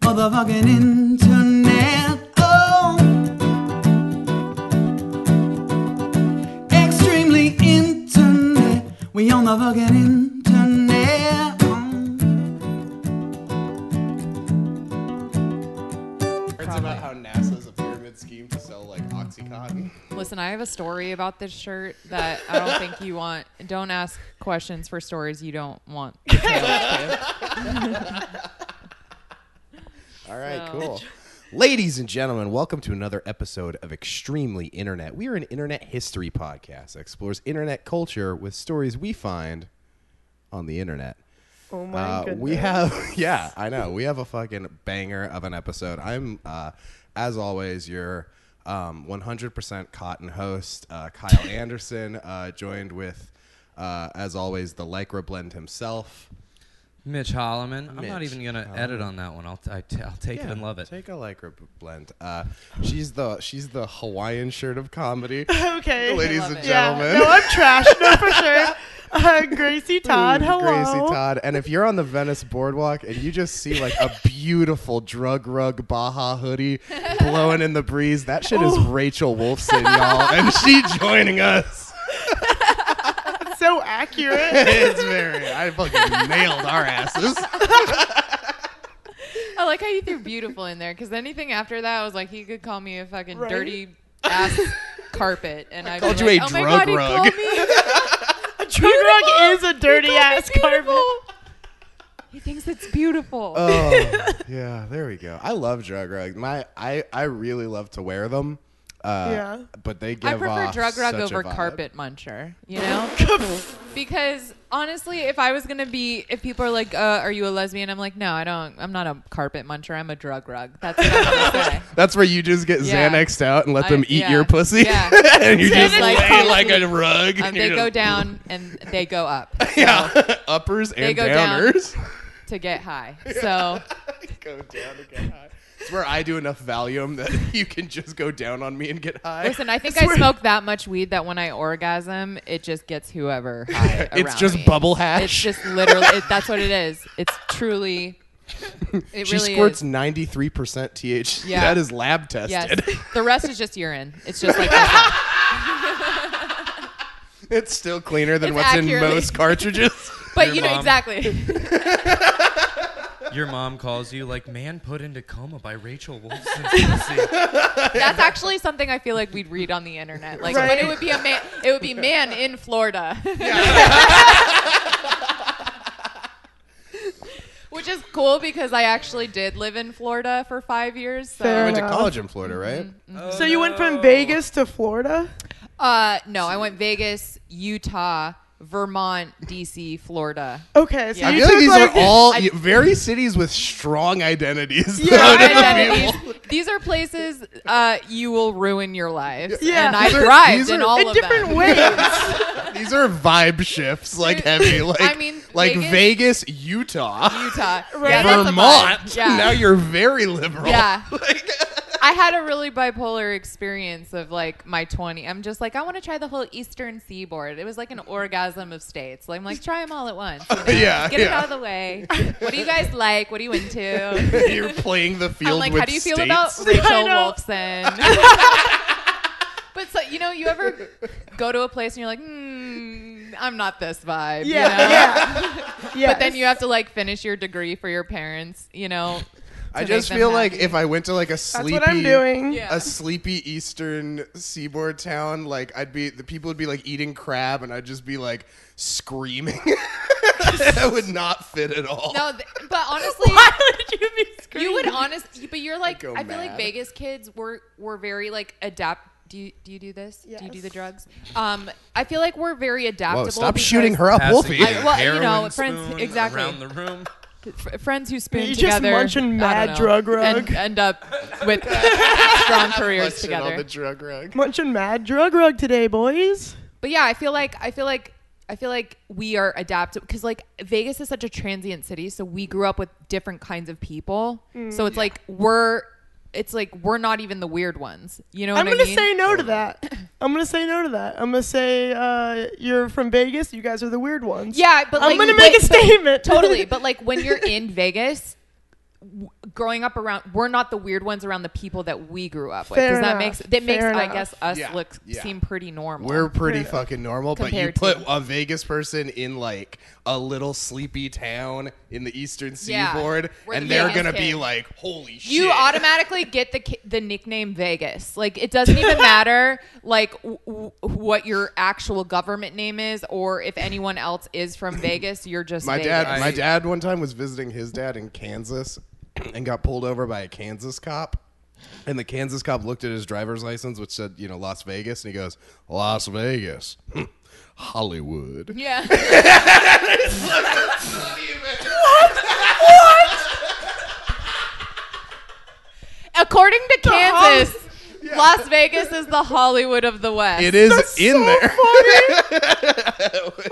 motherfucking internet. Oh, extremely internet. We on the fucking internet. Oh. It's about how NASA's a pyramid scheme to sell like OxyContin. Listen, I have a story about this shirt that I don't think you want. Don't ask questions for stories you don't want. the tail to. All right, So- cool. Ladies and gentlemen, welcome to another episode of Extremely Internet. We are an internet history podcast that explores internet culture with stories we find on the internet. Oh my Uh, goodness. we have, yeah, I know. We have a fucking banger of an episode. I'm, uh, as always, your um, 100% cotton host, uh, Kyle Anderson, uh, joined with, uh, as always, the Lycra Blend himself. Mitch Holloman. I'm not Mitch even gonna edit on that one. I'll t- I t- I'll take it and love it. Take a lycra b- blend. Uh, she's the she's the Hawaiian shirt of comedy. Okay. Ladies love and it. gentlemen. Yeah. No, I'm trash. No, for sure. Uh, Gracie Todd. Hello. Gracie Todd. And if you're on the Venice boardwalk and you just see like a beautiful drug rug Baja hoodie blowing in the breeze, that shit is Rachel Wolfson, y'all. And she joining us. So accurate. It's very I fucking nailed our asses. I like how you threw beautiful in there because anything after that I was like, he could call me a fucking Right? dirty ass carpet, and I called be you a like, oh drug my God, he rug." called me A Drug rug is a dirty ass carpet. He thinks it's beautiful. Oh, yeah, there we go. I love drug rugs. My I I really love to wear them. Uh, Yeah. But they give I prefer off drug rug such a over vibe. carpet muncher, you know? because honestly, if I was going to be, if people are like, uh, are you a lesbian? I'm like, no, I don't. I'm not a carpet muncher. I'm a drug rug. That's what I'm going to say. That's where you just get Yeah. Xanaxed out and let I- them eat yeah. your pussy. Yeah. and you just Xanax lay pussy. like a rug. Um, and they you go just- down and they go up Yeah. Uppers and go down. downers. to get high. So go down to get high. It's where I do enough Valium that you can just go down on me and get high. listen, I think I, swear- smoke that much weed that when I orgasm, it just gets whoever high. it's around just me. bubble hash. It's just literally, it, that's what it is. It's truly, it she really squirts is. 93% THC. Yeah. That is lab tested. Yes. The rest is just urine. It's just like this. It's still cleaner than It's what's in accurately- most cartridges. But Your you know mom. exactly. Your mom calls you like man put into coma by Rachel Wolfson. Tennessee." That's actually something I feel like we'd read on the internet. Like, but it would be a man. It would be man in Florida. Which is cool because I actually did live in Florida for five years. I So, went to college in Florida, Mm-hmm. right? So you went from Vegas to Florida? uh, no, I went Vegas, Utah, Vermont, DC, Florida. Okay. So Yeah. I you feel like took these like are all I- very cities with strong identities. Yeah, though, to the Identities. people. These are places uh, you will ruin your lives. Yeah. and I These are- thrived these in are- all in of different them. ways. These are vibe shifts, like heavy, like mean, like Vegas, Vegas- Utah, Utah, Right. Yeah, that's a vibe. Vermont. Yeah. Now you're very liberal. Yeah. Like, I had a really bipolar experience of like my 20. I'm just like, I want to try the whole Eastern seaboard. It was like an orgasm of states. Like, I'm like, try them all at once. you know? Yeah, Get it yeah. out of the way. What do you guys like? What are you into? you're playing the I'm field like, with how do you feel states. about Rachel I know. Wolfson? but so, you know, you ever go to a place and you're like, hmm, I'm not this vibe. you know? Yeah. Yeah. yeah. But then you have to like finish your degree for your parents, you know? I to just make them feel like happy. if I went to like a That's sleepy, what I'm doing. Yeah. a sleepy Eastern Seaboard town, like I'd be the people would be like eating crab, and I'd just be like screaming. that would not fit at all. No, th- but honestly. Why would you be screaming? You would honestly, but you're like, go I feel like mad. Vegas kids were were very like adapt. Do you do you do this? Do you do Yes. the drugs? Um, I feel like we're very adaptable. Whoa! Stop because shooting her up, Passing Wolfie. the I- well, you know, heroin friends- spoon exactly. around the room. f- friends who spoon You just together. munching I don't mad know, drug rug. and end up with strong careers Shit on together. the drug rug. Munching mad drug rug today, boys. But yeah, I feel like I feel like I feel like we are adapted because like Vegas is such a transient city, so we grew up with different kinds of people. Mm. So it's like we're it's like we're not even the weird ones. You know I'm what gonna I mean? Oh. say no to that. I'm gonna say no to that. I'm gonna say uh, you're from Vegas. You guys are the weird ones. yeah, but like, I'm gonna make but- a statement. totally but like when you're in vegas w- growing up around we're not the weird ones around the people that we grew up with Fair because that enough. makes that makes Fair I enough. guess us Yeah, look yeah. seem pretty normal. We're pretty fucking normal, but you Compared put to- a Vegas person in like a little sleepy town in the eastern Yeah. seaboard, We're and the they're Vegas gonna be kid. like, "Holy shit!" you automatically get the ki- the nickname Vegas. Like it doesn't even matter like w- w- what your actual government name is or if anyone else is from Vegas. You're just My Vegas. dad, my I- dad one time was visiting his dad in Kansas and got pulled over by a Kansas cop. And the Kansas cop looked at his driver's license, which said, you know, Las Vegas. And he goes, Las Vegas, Hollywood. Yeah. According to Kansas, Las Vegas is the Hollywood of the West. It is in there.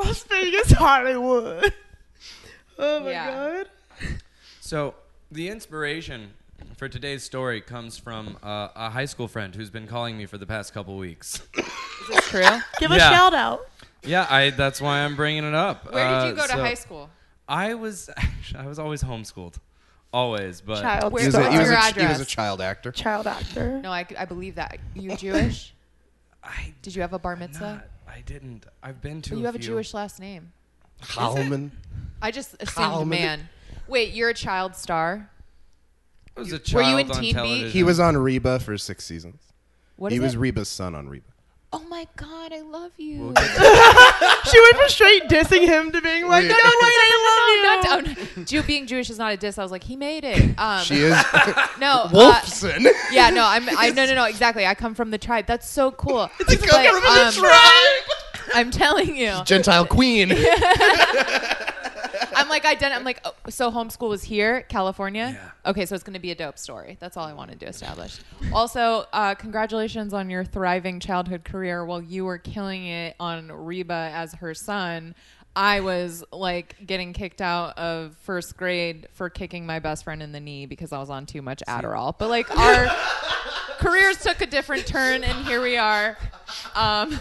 Las Vegas, Hollywood. Oh my Yeah. god. So the inspiration for today's story comes from uh, a high school friend who's been calling me for the past couple weeks. Is this true? Give a Yeah. shout out. yeah, I. That's why I'm bringing it up. Where did you Uh, go to so high school? I was. I was always homeschooled, always. But Child Where- He was, star. a, he, was Your a, he was a address. child actor. child actor. No, I, I believe that. You Jewish? I Did you have a bar did mitzvah? not. I didn't. I've been to. But you a have a few. Jewish last name. Kalman. I just assumed Kalman. man. Wait, you're a child star. I was a child Were you in on Teen Beat? television. He was on Reba for six seasons. What is he was it? Reba's son on Reba. oh my god, I love you. We'll No, get to- She went from straight dissing him to being like, Yeah. no, wait, I not love you. down. Jew being Jewish is not a diss. I was like, he made it. Um, She is no. uh, Wolfson. yeah, no, I'm. I no, no, no. Exactly. I come from the tribe. That's so cool. He comes But, from the um, tribe. I'm telling you. Gentile queen. I'm like I didn't. I'm like oh, so homeschool was here, California. Yeah. Okay, so it's going to be a dope story. That's all I wanted to establish. also, uh, congratulations on your thriving childhood career. While you were killing it on Reba as her son, I was like getting kicked out of first grade for kicking my best friend in the knee because I was on too much Adderall. But like our careers took a different turn, and here we are. Um,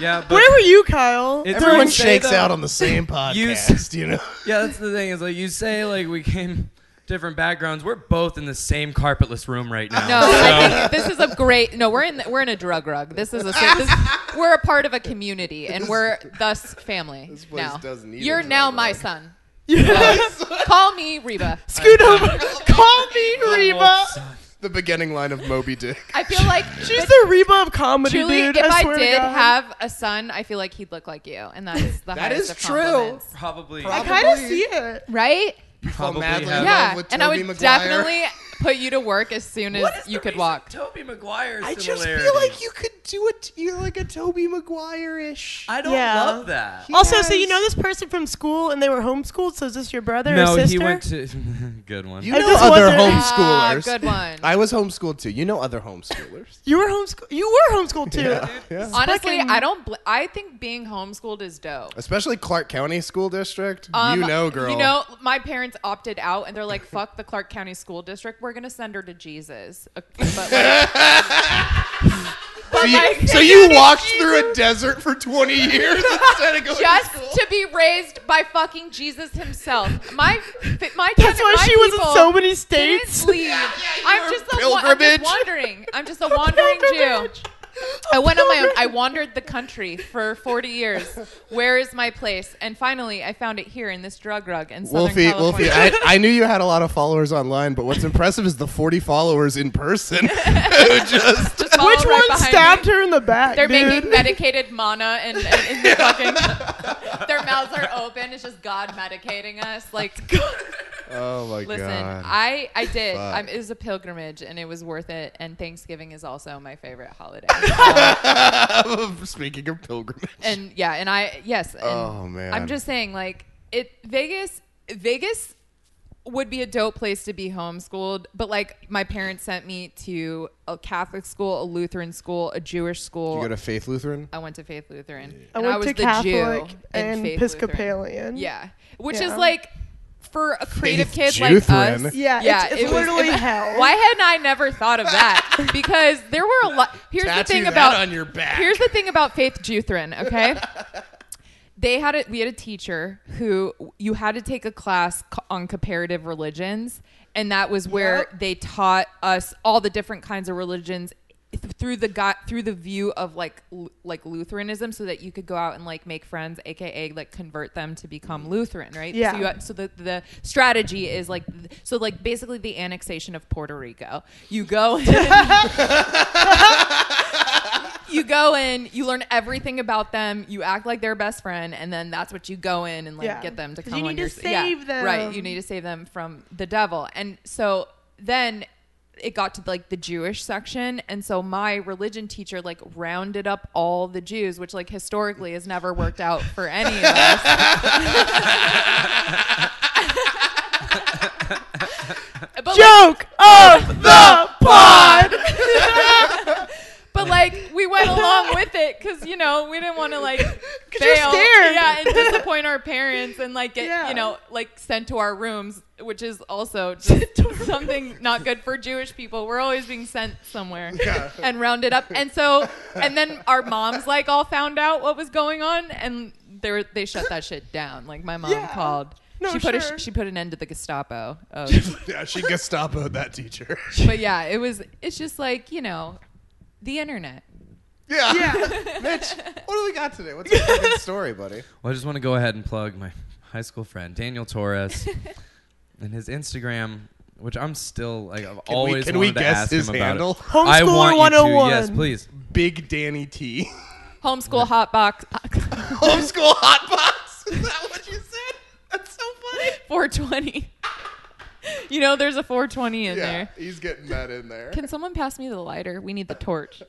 yeah, but Where were you, Kyle? It's Everyone Everyone say shakes that. out on the same You podcast, s- you, know. yeah, that's the thing. Is like you say, like we came different backgrounds. We're both in the same carpetless room right now. No, so- I think this is a great. No, we're in we're in a drug rug. This is a this, we're a part of a community, and we're thus family this place now. does need a You're drug now rug. my son. Yes. Call me Reba. Scoot over. Call me Reba. Wolf's son. the beginning line of Moby Dick. I feel like She's the Reba of comedy, truly, dude. if I I, swear to did God. have a son, I feel like he'd look like you, and that's the That highest is of true. compliments. Probably. I Probably. kind of see it. right? Probably madly have- in yeah, love with and I Tobey would Maguire. definitely put you to work as soon as What is you the could reason walk. Toby Maguire. I just feel like you could do it. You're like a Toby Maguire ish. I don't Yeah. love that. Also, so you know this person from school and they were homeschooled, so is this your brother or No, he sister? went to. good one. You I know just other wondered- Ah, homeschoolers. good one. I was homeschooled too. You know other homeschoolers. you were homeschooled. You were homeschooled too. yeah. Honestly, fucking- I don't. Bl- I think being homeschooled is dope. Especially Clark County School District. Um, you know, girl. You know, my parents opted out, and they're like, "Fuck the Clark County School District. We're gonna send her to Jesus." Uh, But like, so you, like- so you walked through a desert for 20 years instead of going just to school. to be raised by fucking Jesus himself. My fi- my That's why my she was in people so many didn't states. leave. you were I'm just a wa- I'm pilgrimage. just wandering. I'm just a wandering Jew. pilgrimage. I went on my own. I wandered the country for 40 years. Where is my place? And finally, I found it here in this drug rug in Southern Wolfie, California. Wolfie, I, I knew you had a lot of followers online, but what's impressive is the 40 followers in person who just Just follow Which right one behind me. stabbed her in the back? They're dude? making medicated mana and, and, and fucking their mouths are open. It's just God medicating us. Like, Oh my listen, god! I I did. Fuck. I'm, it was a pilgrimage and it was worth it. And Thanksgiving is also my favorite holiday. Speaking of pilgrimage, and yeah, and I yes. And Oh, man. I'm just saying, like it Vegas, Vegas would be a dope place to be homeschooled but like my parents sent me to a catholic school a lutheran school a jewish school you go to Faith Lutheran. I went to Faith Lutheran. And I went to the Catholic Jew in and Faith Episcopalian. Lutheran. Yeah, which Yeah. is like for a creative Faith kid like Lutheran. us. Yeah, it's- it's it was- literally it- hell. Why hadn't I never thought of that? Because there were a lot. Here's the Tattoo thing that about on your back. Here's the thing about Faith Lutheran. Okay. they had a we had a teacher who you had to take a class co- on comparative religions and that was where they taught us all the different kinds of religions th- through the gu through the view of like Lu- like Lutheranism so that you could go out and like make friends aka like convert them to become Lutheran right Yeah. so, you, so the, the strategy is like th- so like basically the annexation of Puerto Rico you go you go in, you learn everything about them, you act like their best friend, and then that's what you go in and like Yeah. get them to 'Cause come you on need your to s- yeah, save them. Right, you need to save them from the devil. And so then it got to like the Jewish section, and so my religion teacher like rounded up all the Jews, which like historically has never worked out for any of us. But, like, Joke of the pod. But like we went along with it because you know we didn't want to like you're fail, scared. yeah, and disappoint our parents and like get Yeah. you know like sent to our rooms, which is also just something not good for Jewish people. We're always being sent somewhere and rounded up, and so and then our moms like all found out what was going on, and they were, they shut that shit down. Like my mom Yeah. called. No, she put sure. a, she put an end to the Gestapo. Of, yeah, she Gestapoed that teacher. but yeah, it was it's just like you know, the internet. yeah. Yeah. Mitch, what do we got today? What's your fucking story, buddy? Well, I just want to go ahead and plug my high school friend Daniel Torres and his Instagram, which I'm still like Can I've we- always can we wanted to guess ask his him about handle? It. I Homeschooler want you to, 101. yes, please. Big Danny T. Homeschool hot box Homeschool hotbox. Is that what you said? That's so funny. 420. You know, there's a 420 in Yeah, there. he's getting that in there. Can someone pass me the lighter? We need the torch.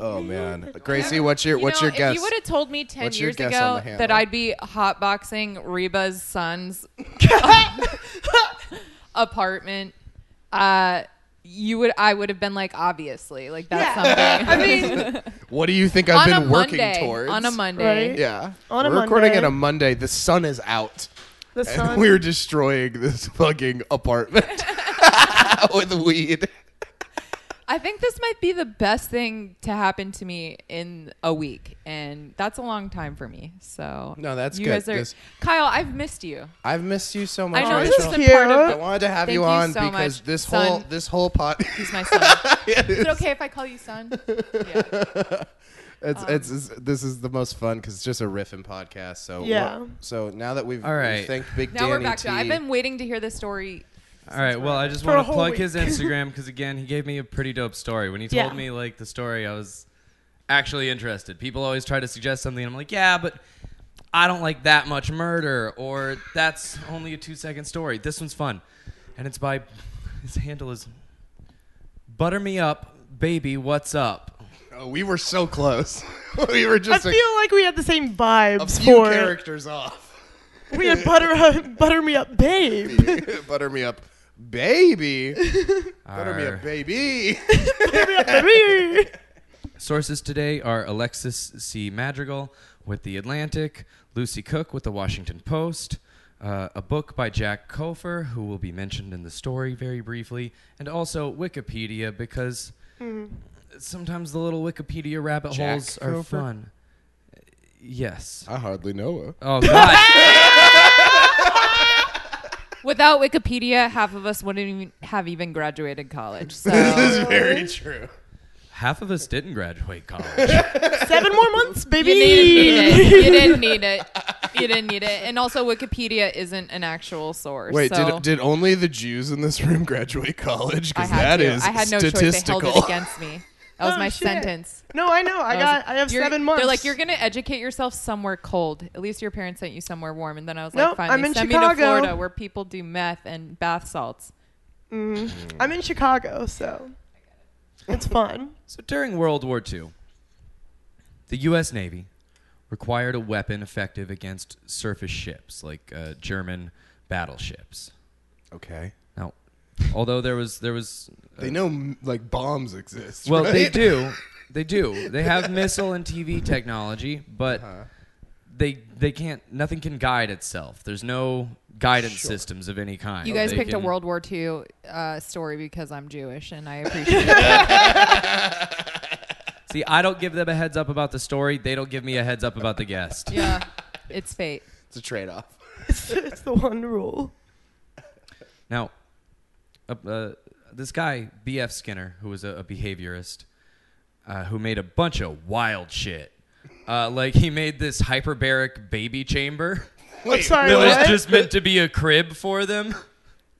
Oh man, Gracie, what's your You what's know, your guess? If you would have told me 10 What's your years guess on ago the handle? that I'd be hotboxing Reba's son's apartment, uh, you would I would have been like, obviously, like that's something. I mean, what do you think on I've a been working Monday, towards? on a Monday, Right? Yeah, On a we're recording Monday. it a Monday. The sun is out, the sun. and we're destroying this fucking apartment with weed. I think this might be the best thing to happen to me in a week, and that's a long time for me. So No, that's you good. Guys are, This- Kyle, I've missed you. I've missed you so much. I know Aw, this is Rachel. a cute. part I of. wanted to have Thank you you on so because much, this son. whole this whole pot. He's my son. Is it okay if I call you son? Yeah. Um, It's, it's, it's this is the most fun because it's just a riffing podcast. So Yeah. what- so now that we've All right. we thanked Big Now Danny we're back T, to. I've been waiting to hear this story. All right. Well, I just For a want to whole plug week. his Instagram because again, he gave me a pretty dope story. When he told Yeah. me like the story, I was actually interested. People always try to suggest something. I'm like, yeah, but I don't like that much murder, or that's only a two second story. This one's fun, and it's by his handle is butter me up, baby. What's up? oh, we were so close. we were I just a, feel like we had the same a vibes few for it. characters off. We had butter, butter me up, babe. Butter me up, baby. Butter me Our up, baby. Butter me up, baby. sources today are Alexis C. Madrigal with The Atlantic, Lucy Cook with The Washington Post, uh, a book by Jack Kofer, who will be mentioned in the story very briefly, and also Wikipedia because sometimes the little Wikipedia rabbit Jack holes are Kofer? fun. Yes. I hardly know her. Oh, God. Without Wikipedia, half of us wouldn't even have even graduated college. This So is very true. Half of us didn't graduate college. Seven more months, baby. you didn't need it. You didn't need it. You didn't need it. And also, Wikipedia isn't an actual source. Wait, so. did did only the Jews in this room graduate college? I Because had that to. is I had no statistical. choice. They held it against me. That was Oh, my shit. sentence. No, I know. That I was- got. I have you're- seven months. They're like, you're gonna educate yourself somewhere cold. At least your parents sent you somewhere warm. And then I was like, Nope, finally, I'm in send me to Chicago. Florida where people do meth and bath salts. I'm in Chicago, so it's fun. So during World War II, the U.S. Navy required a weapon effective against surface ships, like uh, German battleships. okay. Now, although there was there was, uh, They know m- like bombs exist. well, they right? do, they do, they have missile and TV technology, but they they can't. Nothing can guide itself. There's no guidance systems of any kind. You guys They picked a can- World War II uh, story because I'm Jewish, and I appreciate it. See, I don't give them a heads up about the story. They don't give me a heads up about the guest. Yeah. It's fate. It's a trade off. It's, it's the one rule. Now, uh, uh, this guy B.F. Skinner, who was a, a behaviorist, uh, who made a bunch of wild shit. Uh, like he made this hyperbaric baby chamber I'm sorry. that was what? just meant to be a crib for them.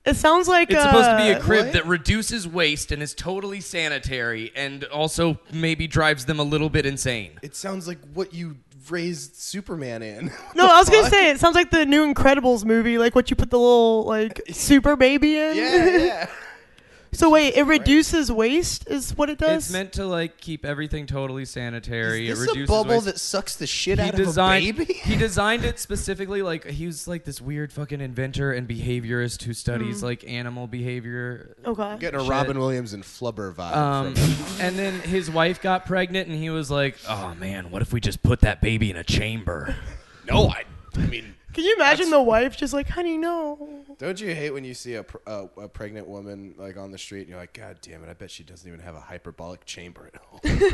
it sounds like It's uh, supposed to be a crib what? that reduces waste and is totally sanitary and also maybe drives them a little bit insane. It sounds like what you raised Superman in. No, I was gonna say it sounds like the new Incredibles movie, like what you put the little like super baby in. yeah, yeah. so wait, it reduces waste, is what it does. It's meant to like keep everything totally sanitary. Is it this a reduces bubble waste. that sucks the shit he out designed of a baby? he designed it specifically like he was like this weird fucking inventor and behaviorist who Mm. studies like animal behavior okay. Getting a Shit. Robin Williams and Flubber vibe. um, from- and then his wife got pregnant and he was like oh man what if we just put that baby in a chamber no, I, I mean, Can you imagine the wife just like, honey, no. don't you hate when you see a, pr- a, a pregnant woman like on the street and you're like, God damn it, I bet she doesn't even have a hyperbolic chamber at home. You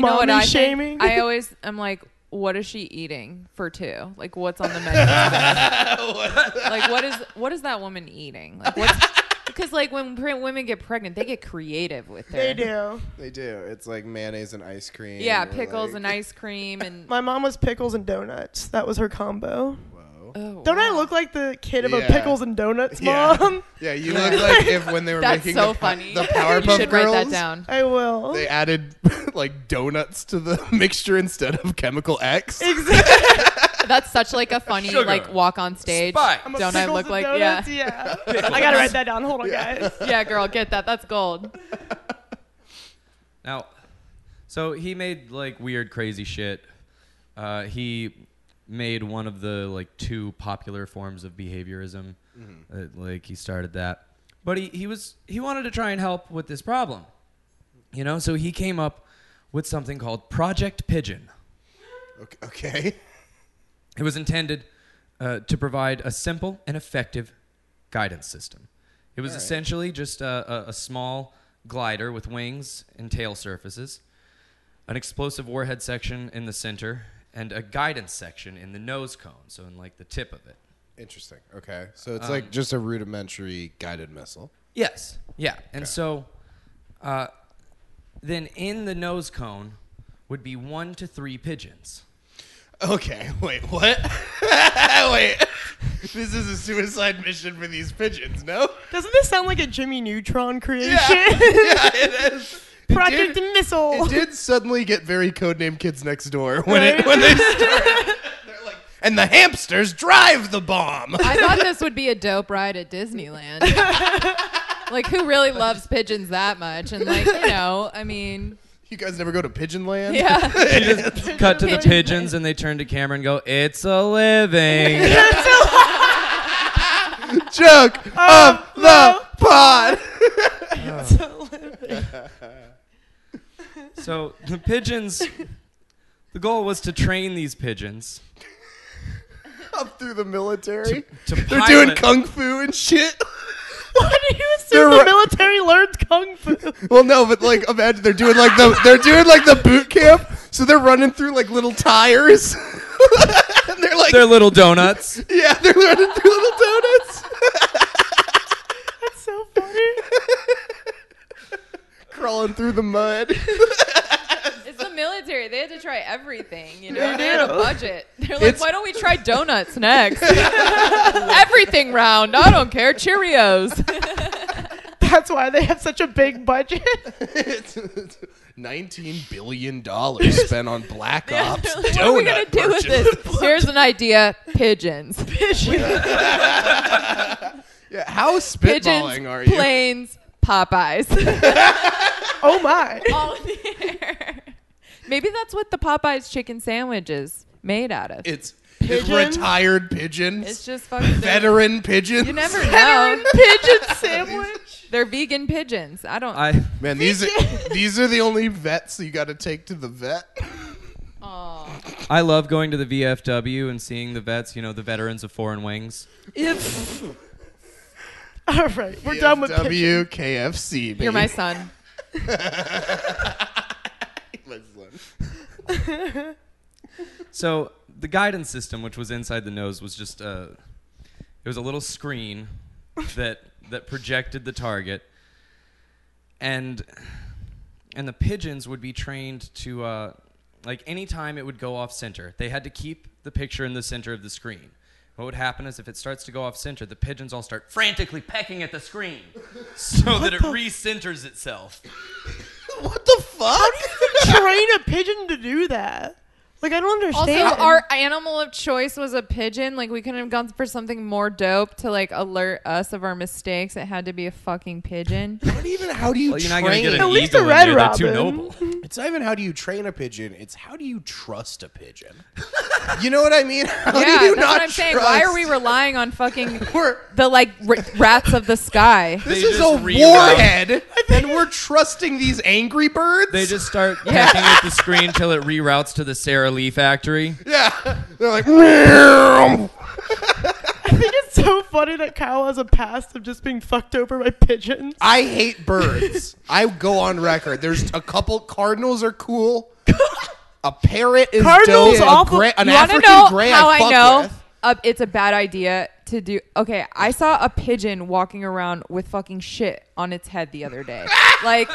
know what Mommy I think? shaming. I always am like, what is she eating for two? Like, what's on the menu? like, what is what is that woman eating? Like, what's because like when pre- women get pregnant, they get creative with their They do. they do. It's like mayonnaise and ice cream. Yeah, or, pickles like- and ice cream and My mom was pickles and donuts. That was her combo. Whoa. oh, Don't I wow. look like the kid of Yeah. a pickles and donuts Yeah. mom? Yeah, you look like if when they were That's making so the, po- funny. the you Powerpuff should Girls, write that down. I will. They added like donuts to the mixture instead of chemical X. exactly. That's such like a funny Sugar. like walk on stage. Spike. I'm a Don't I pickles look and like donuts? yeah Yeah. I gotta write that down. Hold on, guys. yeah girl get that that's gold. Now, so he made like weird, crazy shit. Uh, he made one of the like two popular forms of behaviorism. Uh, like he started that, but he he was he wanted to try and help with this problem, you know. So he came up with something called Project Pigeon. Okay. okay. It was intended uh, to provide a simple and effective guidance system. It was essentially just a, a, a small glider with wings and tail surfaces, an explosive warhead section in the center, and a guidance section in the nose cone, so in like the tip of it. Interesting. Okay. So Um, it's like just a rudimentary guided missile. Yes. Yeah. And so uh, then in the nose cone would be one to three pigeons. Okay. Wait, what? wait. This is a suicide mission for these pigeons, no? Doesn't this sound like a Jimmy Neutron creation? yeah, it is. It Project did- Missile. It did suddenly get very codename Kids Next Door when it when they started. They're like, and the hamsters drive the bomb. I thought this would be a dope ride at Disneyland. like who really loves pigeons that much? And like you know I mean You guys never go to Pigeon Land? yeah Cut to the pigeons, and they turn to camera and go, It's a living. Joke of the pod. So the pigeons, the goal was to train these pigeons. Up through the military. to They're doing pilot- kung fu and shit. Why do you They're assume the ri- military learns kung fu? Well, no, but like imagine they're doing like the they're doing like the boot camp, so they're running through like little tires. and they're like, They're little donuts. yeah, they're running through little donuts, That's so funny. crawling through the mud. it's the military they had to try everything you know They they, had a do. budget they're like It's- why don't we try donuts next everything round I don't care Cheerios That's why they have such a big budget. It's- it's Nineteen billion dollars spent on Black Ops They're like, donut what are we gonna do with purchase." this here's an idea pigeons Yeah, how pigeons spitballing are you? planes Popeyes. Oh my. all in the air. Maybe that's what the Popeyes chicken sandwich is made out of. it's, it's Pigeons? retired pigeons, It's just fucking. they're- veteran pigeons. You never know. Pigeon sandwich. They're vegan pigeons. I don't. I Man, these are, these are the only vets you got to take to the vet. Aw. I love going to the VFW and seeing the vets, you know, the veterans of foreign wings. All right, we're done with pigeons. WKFC. You're my son. baby. So the guidance system, which was inside the nose, was just uh, it was a little screen that that projected the target, and and the pigeons would be trained to uh, like anytime it would go off center, they had to keep the picture in the center of the screen. What would happen is if it starts to go off center, the pigeons all start frantically pecking at the screen so that it re-centers itself. what the fuck? Train a pigeon to do that. Like I don't Also, understand. our animal of choice was a pigeon. Like we couldn't have gone for something more dope to like alert us of our mistakes. It had to be a fucking pigeon. Not even how do you Well, you're not train? gonna get an At least eagle a red in there. They're too robin. noble. It's not even how do you train a pigeon. It's how do you trust a pigeon? you know what I mean? How yeah, do you that's not what I'm saying. Why are we trust- relying on fucking We're- the like r- rats of the sky? This They is just a reroute- warhead, and we're trusting these angry birds. They just start pecking at the screen till it reroutes to the Sara Lee factory. yeah, they're like. "Meow." I think it's so funny that Kyle has a past of just being fucked over by pigeons. I hate birds. I go on record. There's a couple cardinals are cool. A parrot is Cardinals dope. A awful. gra- an you want to African know gray how I I, fuck know with. uh, it's a bad idea to do? Okay, I saw a pigeon walking around with fucking shit on its head the other day. like,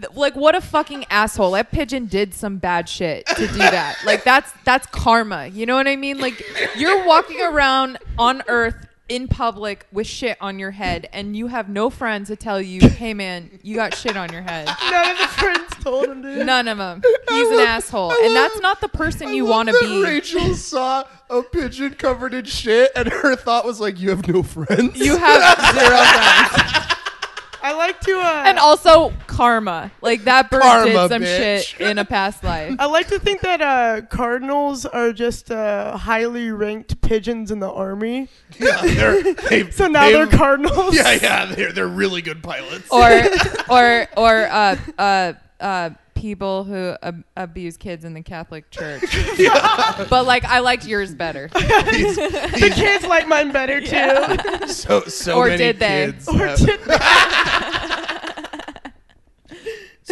th- like what a fucking asshole! That pigeon did some bad shit to do that. like that's that's karma. You know what I mean? Like you're walking around on Earth. In public with shit on your head, and you have no friends to tell you, "Hey, man, you got shit on your head." None of the friends told him to. None of them. He's an asshole, I and love- that's not the person I you love want to that be. Rachel saw a pigeon covered in shit, and her thought was like, "You have no friends." You have zero friends. I like to. Uh, And also karma. Like that bird Karma, did some bitch. shit in a past life. I like to think that uh, cardinals are just uh, highly ranked pigeons in the army. yeah, they're, they've, So now they're they've- cardinals. Yeah, yeah, they're they're really good pilots. Or or or uh uh uh people who ab- abuse kids in the Catholic Church. But like I liked yours better. These- The kids like mine better too. so so Or many did they? kids. Or have- did they-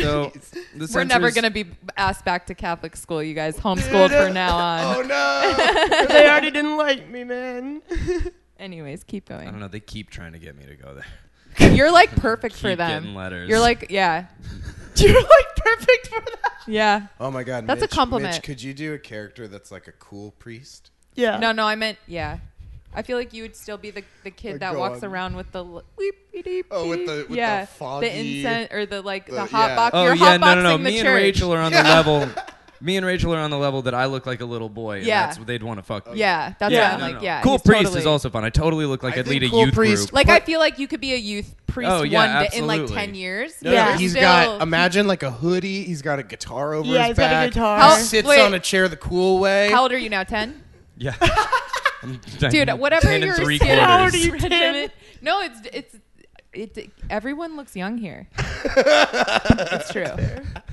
So the We're never sensors- gonna be asked back to Catholic school, you guys. Homeschooled for now on. oh no! they already didn't like me, man. Anyways, keep I don't going. know. They keep trying to get me to go there. You're like perfect for Keep them. getting letters. You're like yeah, You're like perfect for that. yeah. Oh my god, That's a Mitch- compliment. Mitch, could you do a character that's like a cool priest? Yeah. No, no, I meant yeah. I feel like you would still be the, the kid Like, that go walks on. around with the l- weep, weep, weep, Oh, with the- with the yeah, foggy- incense or the like the, the- hot yeah. box. Oh You're yeah, hot no, no, no. boxing the Me church. and Rachel are on the Yeah. level. Me and Rachel are on the level that I look like a little boy. And Yeah. that's what they'd want to fuck. me. Yeah, that's Yeah, what No, I'm no, like. no. Yeah, Cool he's priest totally- is also fun. I totally look like I I'd think lead a cool youth priest- group. Like I feel like you could be a youth priest Oh, yeah, one day in like absolutely. ten years. No, Yeah. no, he's Still- got. Imagine like a hoodie. He's got a guitar over Yeah, his he's got a back. guitar. How- He sits wait. on a chair the cool way. How old are you now? Ten. Yeah. I'm- Dude, I'm whatever ten and your three skin How quarters. old are you, regimen- No, it's it's it. Everyone looks young here. it's true.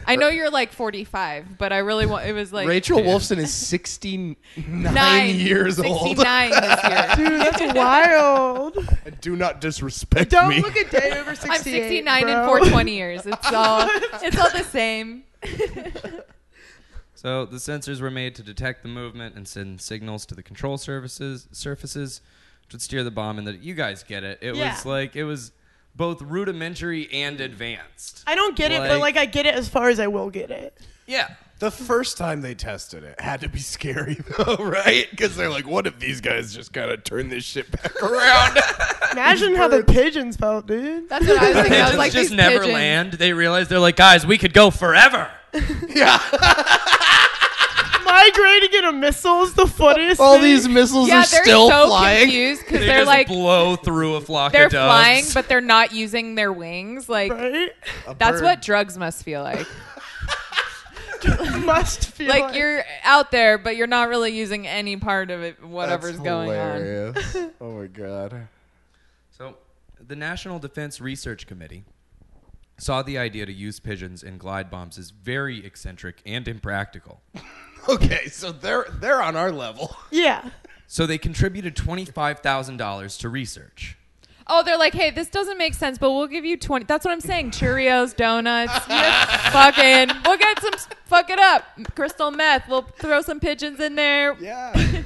I know you're like 45, but I really want. It was like Rachel Wolfson is 69 nine years old. 69 this year. Dude, that's wild. Do not disrespect Don't me. look at day over 68. I'm 69 bro. in 420 years. It's all it's all the same. So the sensors were made to detect the movement and send signals to the control services surfaces, which would steer the bomb. And that you guys get it. It Yeah. was like it was both rudimentary and advanced. I don't get it, but Like- like I get it as far as I will get it. Yeah. the first time they tested it had to be scary though, right? Because they're like, what if these guys just kind of turn this shit back around? Imagine how the pigeons felt, dude. That's what I was thinking. I was Pigeons like, just these never pigeons. land. They realize they're like, guys, we could go forever. yeah. Migrating in a missile is the funniest. All thing. these missiles Yeah, are they're still so flying. confused because They they're just like blow through a flock they're of doves. flying, but they're not using their wings. Like right? that's bird. what drugs must feel like. Must feel like, like you're out there, but you're not really using any part of it. Whatever's going on. on. Oh my god. So, the National Defense Research Committee saw the idea to use pigeons in glide bombs as very eccentric and impractical. Okay, so they're they're on our level. Yeah. So, they contributed $25,000 to research. Oh, they're like, hey, this doesn't make sense, but we'll give you 20. That's what I'm saying. Cheerios, donuts, yes, fucking. We'll get some, fuck it up. Crystal meth. We'll throw some pigeons in there. Yeah.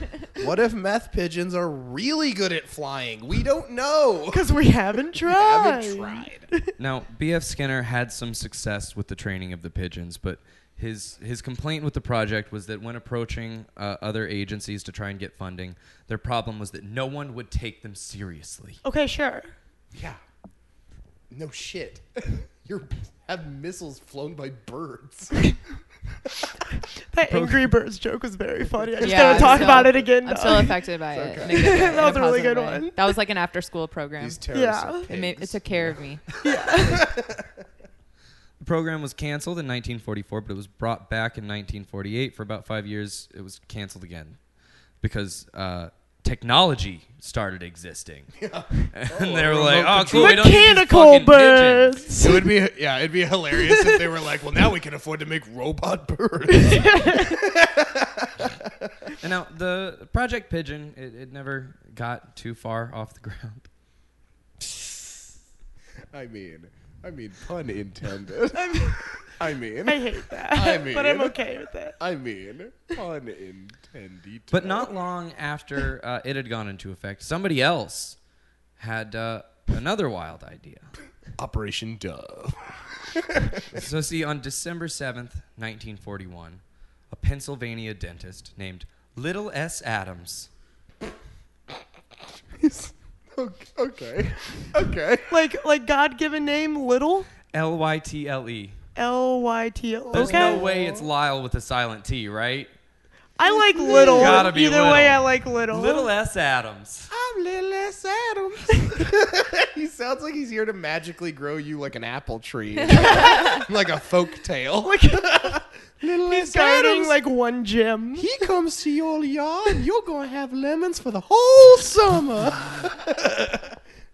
what if meth pigeons are really good at flying? We don't know. Because we haven't tried. haven't tried. Now, B.F. Skinner had some success with the training of the pigeons, but his his complaint with the project was that when approaching uh, other agencies to try and get funding, their problem was that no one would take them seriously. Okay, sure. Yeah. No shit. You have missiles flown by birds. That Angry Birds joke was very funny. I just Yeah, gotta I'm talk still- about it again. I'm though. still affected by it. in a good way, That in was a really positive good way. one. That was like an after school program. These terrorists Yeah. are It It, made, it pigs. took care of me. The program was canceled in 1944, but it was brought back in 1948. For about five years, it was canceled again because uh, technology started existing, and they were like, "Oh, cool, we don't need these Mechanical fucking pigeons." birds. It would be yeah, it'd be hilarious if they were like, well, now we can afford to make robot birds. And now the Project Pigeon, it, it never got too far off the ground. I mean, I mean, pun intended. I mean, I hate that. I mean- but I'm okay with it. I mean, pun intended. But not long after uh, it had gone into effect, somebody else had uh, another wild idea. Operation Dove. So, see, on December 7th, 1941, a Pennsylvania dentist named Little S. Adams. okay, okay. Like like God given name little L Y T L E. L Y T L. There's Okay. no way it's Lyle with a silent T, right? I like little. Gotta be Either way, I little. like little. Little S. Adams. I'm Little S. Adams. he sounds like he's here to magically grow you like an apple tree, like a folk tale. Little He's guarding like one gym. he comes to your yard, you're gonna have lemons for the whole summer.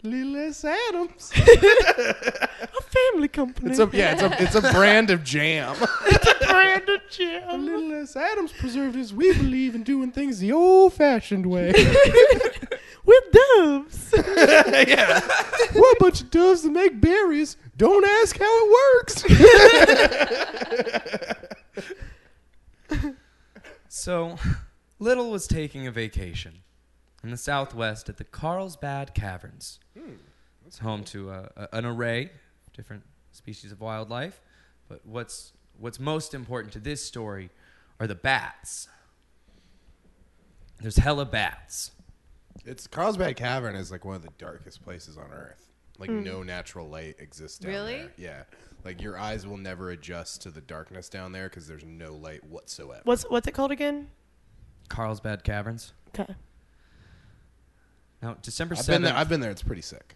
Little S. Adams. A family company. It's a yeah, it's a it's a brand of jam. brand of gym. Little S. Adams preservatives. We believe in doing things the old-fashioned way. With doves. What a bunch of doves that make berries. Don't ask how it works. So, Little was taking a vacation in the Southwest at the Carlsbad Caverns. Hmm, it's home to uh, a, an array of different species of wildlife, but what's what's most important to this story are the bats. There's hella bats. It's Carlsbad Cavern is like one of the darkest places on earth. Like Hmm. no natural light exists down Really? there. Yeah. Like your eyes will never adjust to the darkness down there because there's no light whatsoever. What's what's it called again? Carlsbad Caverns. Okay. Now, December I've been there. 7th. I've been there. It's pretty sick.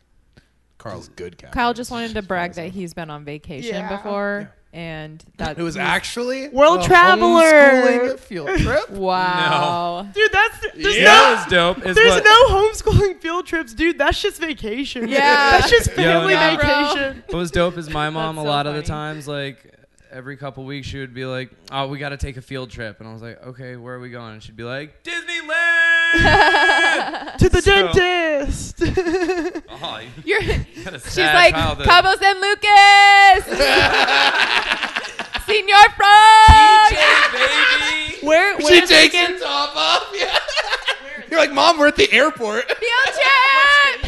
Carl's good cavern. Kyle just wanted to brag that he's been on vacation Yeah. before, and that It was actually Hmm. World a traveler. homeschooling field trip. wow. Dude, that's there's Yeah. That was dope. no is there's what- no homeschooling field trips, dude. That's just vacation. Yeah. That's just family nah, bro. vacation. What was dope is my mom That's a so lot of funny. the times like every couple weeks she would be like, "Oh, we got to take a field trip," and I was like, "Okay, where are we going?" And she'd be like, "Disneyland." To the So- dentist. oh, you You're, had a she's sad like childhood. Cabo San Lucas, Senor Frog. Hey, baby. where She where's takes her top off. Yeah. You're like, Mom, we're at the airport. Field trip.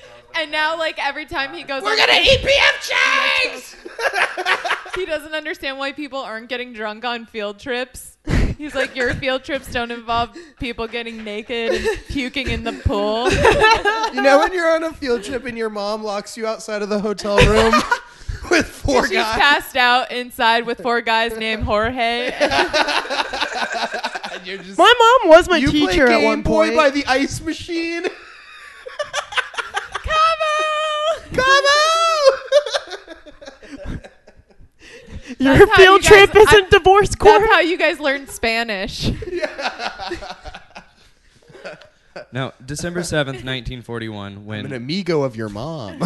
and now, like every time he goes, we're gonna eat BF chicks. he doesn't understand why people aren't getting drunk on field trips. He's like, your field trips don't involve people getting naked and puking in the pool. You know when you're on a field trip and your mom locks you outside of the hotel room with four She's passed out inside with four guys named Jorge. and you're just My mom was my you play teacher at Game one Boy point. by the ice machine. Cabo. Come on! Your That's how field you guys- trip I- isn't divorce court. That's how you guys learned Spanish. Now, December 7th, 1941, when An amigo of your mom.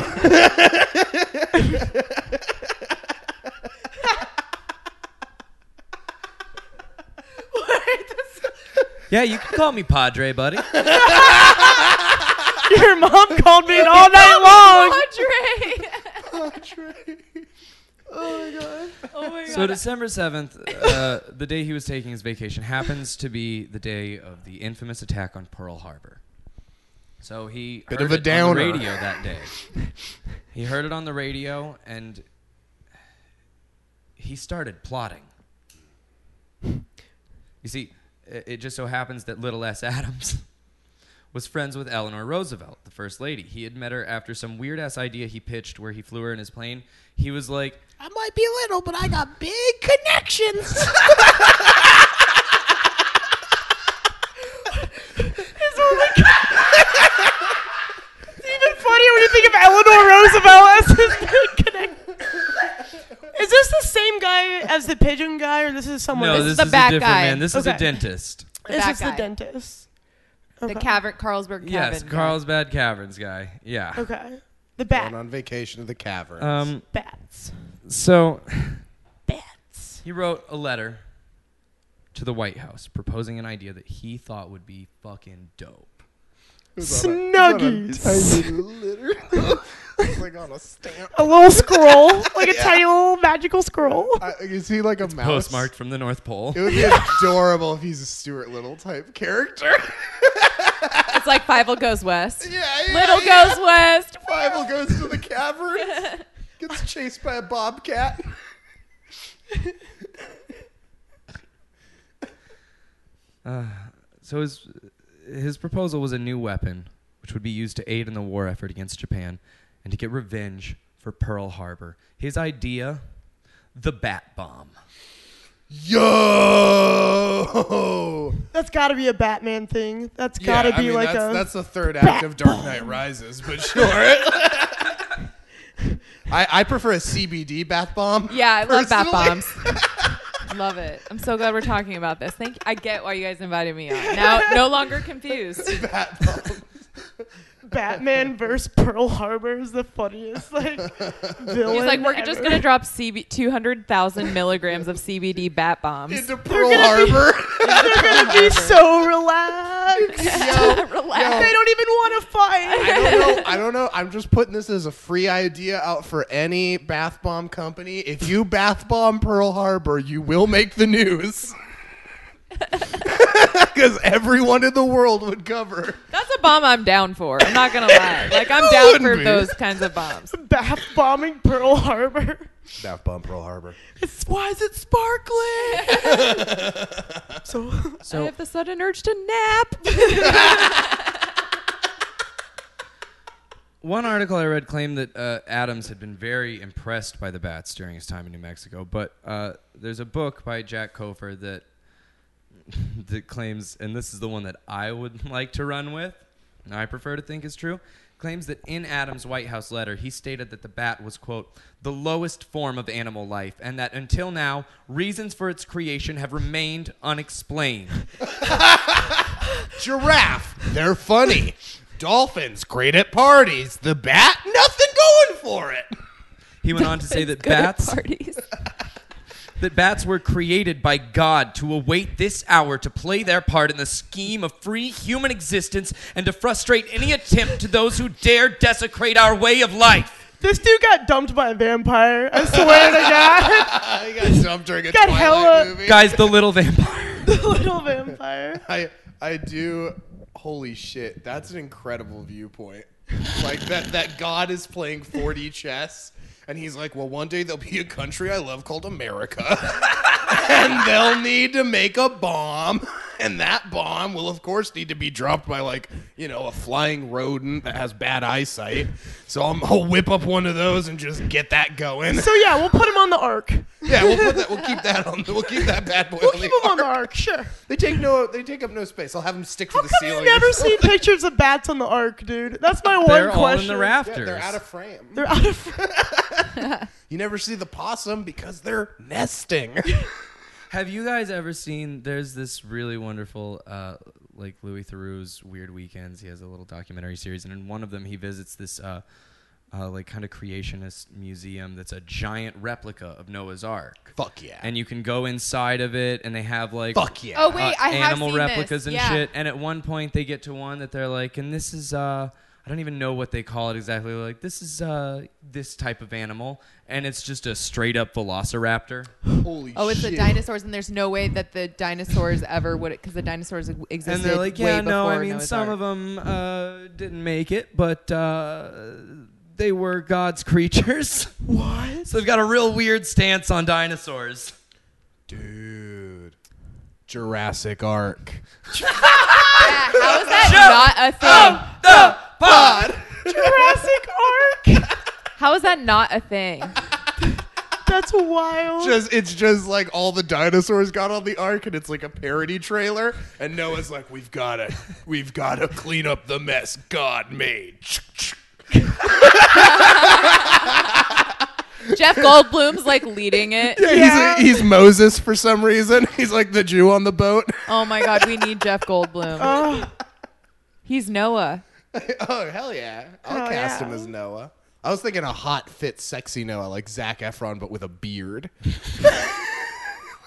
Yeah, you can call me Padre, buddy. Your mom called me all night long. Padre. Oh my god. oh my god. So December 7th, uh, the day he was taking his vacation, happens to be the day of the infamous attack on Pearl Harbor. So he Bit heard of a it on downer. the radio that day. he heard it on the radio and he started plotting. You see, i- it just so happens that little S. Adams was friends with Eleanor Roosevelt, the first lady. He had met her after some weird ass idea he pitched where he flew her in his plane. He was like, I might be little, but I got big connections. His only con- it's even funnier when you think of Eleanor Roosevelt as his big connect. Is this the same guy as the pigeon guy, or this is someone? No, else? this the is bad a different guy. man. This is a Okay. dentist. The this bad is guy. the dentist. The cavern, Carlsberg cabin. yes, guy. Carlsbad Caverns guy. Yeah. Okay. The Going bat. on vacation to the caverns. Um. Bats. So Bats. he wrote a letter to the White House proposing an idea that he thought would be fucking dope. Snuggies. tiny litter. it's like on a stamp. A little scroll, like a tiny little magical scroll. I, is he like a mouse? Postmarked from the North Pole. It would be adorable if he's a Stuart Little type character. It's like Five Will Goes West. yeah, yeah, Little yeah. Goes West. Bible goes to the caverns. Gets chased by a bobcat. So his his proposal was a new weapon which would be used to aid in the war effort against Japan and to get revenge for Pearl Harbor. His idea, the bat bomb. Yo. That's got to be a Batman thing. That's got to yeah, be I mean, like that's, a. that's the third act of Dark Knight Rises, but sure. I, I prefer a CBD bath bomb. Yeah, I love bat personally. bombs. love it. I'm so glad we're talking about this. Thank. I get why you guys invited me on. Now, no longer confused. Bath bomb. Batman versus Pearl Harbor is the funniest like villain. He's like, we're just ever." gonna drop CB 200,000 milligrams of CBD bat bombs. into Pearl Harbor. They're gonna be so relaxed. Yo, Relax. They don't even want to I fight. don't know. I don't know. I'm just putting this as a free idea out for any bath bomb company. If you bath bomb Pearl Harbor, you will make the news. Because everyone in the world would cover. That's a bomb I'm down for. I'm not gonna lie. Like I'm down wouldn't for be. those kinds of bombs. Bath bombing Pearl Harbor. Bath bomb Pearl Harbor. It's, why is it sparkling? so I So have the sudden urge to nap. One article I read claimed that uh, Adams had been very impressed by the bats during his time in New Mexico, but uh, there's a book by Jack Kofer that that claims, and this is the one that I would like to run with, and I prefer to think is true, claims that in Adams' White House letter, he stated that the bat was, quote, the lowest form of animal life, and that until now, reasons for its creation have remained unexplained. Giraffe. They're funny. Dolphins. Great at parties. The bat. Nothing going for it. He went on to say that Good at bats. parties. that bats were created by God to await this hour to play their part in the scheme of free human existence and to frustrate any attempt to those who dare desecrate our way of life. this dude got dumped by a vampire. I swear to God, I got dumped during a Got Twilight hella- movie. Guys, the little vampire. the little vampire. I I do. Holy shit, that's an incredible viewpoint. Like that that God is playing 4D chess, and he's like, well, one day there'll be a country I love called America, and they'll need to make a bomb, and that bomb will of course need to be dropped by like you know a flying rodent that has bad eyesight. So I'm, I'll whip up one of those and just get that going. So yeah, we'll put him on the arc. yeah, we'll put that. We'll keep that on. We'll keep that bad boy. We'll on keep the him on the arc. arc. Sure. They take no. They take up no space. I'll have them stick How to the come ceiling. you or never something. see pictures of bats on the arc, dude? That's my one They're question. all in the rafters. Yeah, they're out of frame. They're out of. You never see the possum because they're nesting. Have you guys ever seen? There's this really wonderful, uh, like Louis Theroux's Weird Weekends. He has a little documentary series, and in one of them, he visits this, uh, uh, like, kind of creationist museum that's a giant replica of Noah's Ark. Fuck yeah. And you can go inside of it, and they have like Fuck yeah. Oh wait, uh, I have animal seen replicas this. and yeah. shit. And at one point, they get to one that they're like, and this is, uh, I I don't even know what they call it exactly. They're Like this is uh, this type of animal, and it's just a straight up Velociraptor. Holy Oh, it's the dinosaurs, and there's no way that the dinosaurs ever would, because the dinosaurs e-, existed. and they're like, way yeah, no, I before mean, Noah's some Ark." of them uh, didn't make it, but uh, they were God's creatures. What? so they've got a real weird stance on dinosaurs. Dude. Jurassic Ark. Yeah, how is that not a thing? Jurassic Ark. How is that not a thing? That's wild. Just it's just like all the dinosaurs got on the ark and it's like a parody trailer and Noah's like we've got to we've got to clean up the mess God made. Jeff Goldblum's like leading it. Yeah. He's, he's Moses for some reason. He's like the Jew on the boat. Oh my God, we need Jeff Goldblum. Oh, He's Noah. oh hell yeah! I'll Hell cast yeah. him as Noah. I was thinking a hot, fit, sexy Noah like Zach Efron, but with a beard.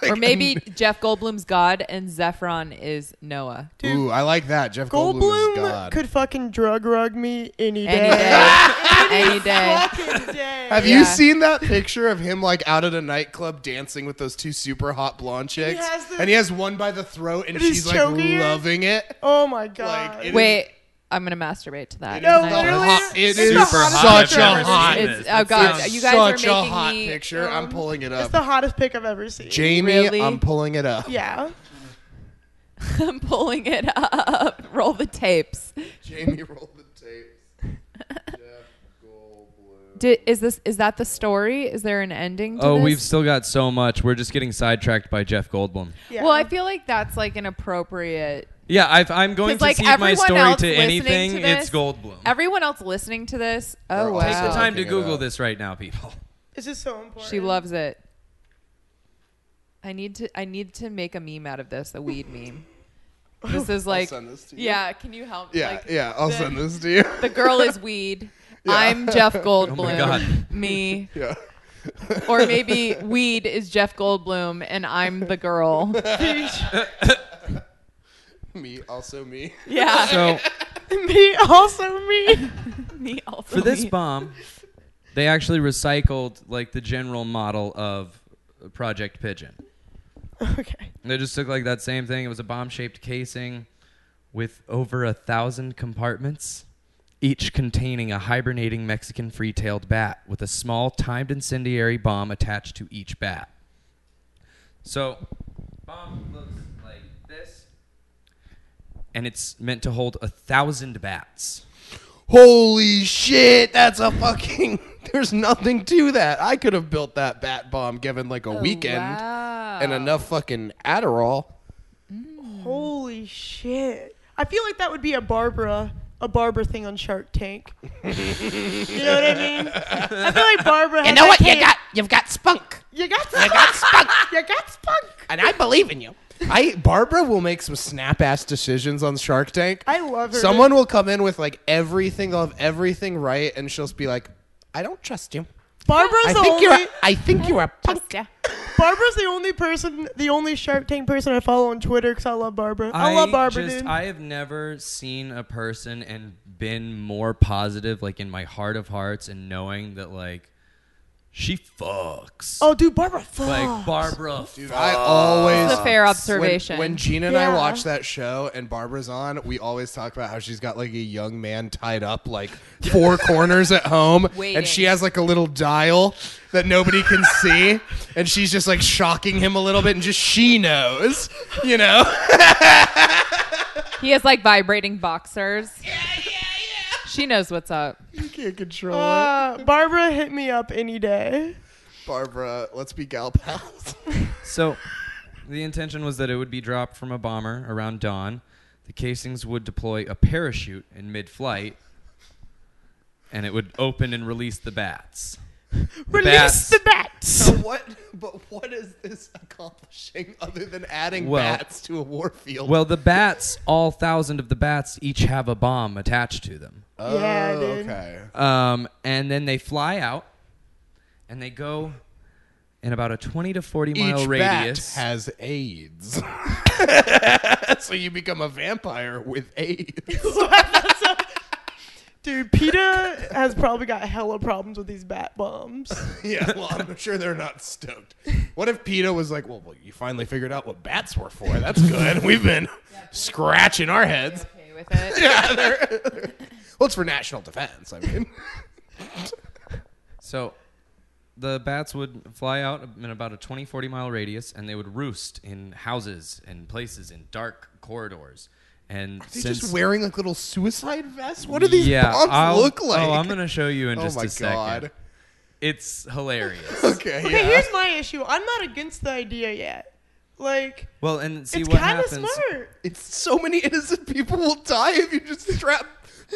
Or maybe Jeff Goldblum's God and Zephron is Noah. Dude. Ooh, I like that. Jeff Goldblum, is Goldblum God. could fucking drug rug me any Any day. day. Any day. Fucking day. Have Yeah. you seen that picture of him like out at a nightclub dancing with those two super hot blonde chicks? has the- and he has one by the throat, and And he's she's like choking her? loving it. Oh my god. Like, it Wait, I'm going to masturbate to that. No, tonight. literally, Hot- it it's is the hottest such picture a I've ever seen. hot- It's, oh God, It's you guys are such making a hot me. picture. I'm pulling it It's up. the hottest pic I've ever seen. Jamie, Really? I'm pulling it up. Yeah. I'm pulling it up. Roll the tapes. Jamie, roll the tapes. Jeff Goldblum. Did, is this is that the story? Is there an ending? To Oh, this? we've still got so much. We're just getting sidetracked by Jeff Goldblum. yeah. Well, I feel like that's like an appropriate. Yeah, I've, I'm 'Cause, going to like, see my everyone story else to listening anything. to this- it's Goldblum. Everyone else listening to this, They're oh all Take the so wow, time to Looking it Google up. this right now, people. it's just so important. she loves it. I need to I need to make a meme out of this, a weed meme. This is like, send this to you. yeah. Can you help? Yeah, like, yeah. I'll the- send this to you. The girl is weed. I'm Jeff Oh Goldblum. God. Me, yeah. or maybe weed is Jeff Goldblum and I'm the girl. Me, also me. Yeah. So me also me. me also. for this me. bomb, they actually recycled like the general model of Project Pigeon. okay. They just took like that same thing. It was a bomb-shaped casing with over a thousand compartments, each containing a hibernating Mexican free-tailed bat with a small timed incendiary bomb attached to each bat. So, bomb looks like this, and it's meant to hold a thousand bats. Holy shit, that's a fucking. There's nothing to that. I could have built that bat bomb given like Oh, a weekend Wow. and enough fucking Adderall. Holy shit. I feel like that would be a Barbara a Barbara thing on Shark Tank. you know what I mean? I feel like Barbara. You had know that what? You kid- got you've got spunk, You got spunk. you got spunk. and I believe in you. I Barbara will make some snap ass decisions on Shark Tank. I love her. Someone will come in with like everything, they'll have everything right, and she'll just be like, I don't trust you. Barbara's I the think only. you're. A, I think you're a punk. Barbara's the only person, the only Shark Tank person I follow on Twitter because I love Barbara. I, love Barbara, just- dude. I have never seen a person and been more positive, like in my heart of hearts, and knowing that like she fucks. oh, dude, Barbara. Fuck. Like Barbara, Dude, I always. It's a fair when- observation. When, Gina and I Yeah. watch that show and Barbara's on, we always talk about how she's got like a young man tied up like four corners at home, Waiting. and she has like a little dial that nobody can see, and she's just like shocking him a little bit, and just she knows, you know. He has like vibrating boxers. Yeah, yeah, yeah. She knows what's up. you can't control Uh, Barbara hit me up any day. it, Barbara. Let's be gal pals. So, the intention was that it would be dropped from a bomber around dawn. The casings would deploy a parachute in mid-flight, and it would open and release the bats. Release bats. the bats. So what? But what is this accomplishing other than adding Well- bats to a warfield? Well, the bats, all thousand of the bats, each have a bomb attached to them. yeah, dude. Oh, okay. Um, and then they fly out, and they go in about a twenty to forty mile Each radius. bat has AIDS. so you become a vampire with AIDS. Dude, PETA has probably got hella problems with these bat bombs. yeah, well, I'm sure they're not stoked. What if PETA was like, well, well, you finally figured out what bats were for. That's good. We've been scratching our heads. Okay with it. Yeah, they're, well, it's for national defense. I mean, So the bats would fly out in about a 20, 40 mile radius and they would roost in houses and places in dark corridors. And they're since, just wearing like little suicide vests. What do these yeah, bombs I'll- look like? Oh, I'm going to show you in Oh just my a second. God. It's hilarious. Okay, Okay, yeah. here's my issue. I'm not against the idea yet. Like, well, and see it's what kind of happens. smart. It's so many innocent people will die if you just strap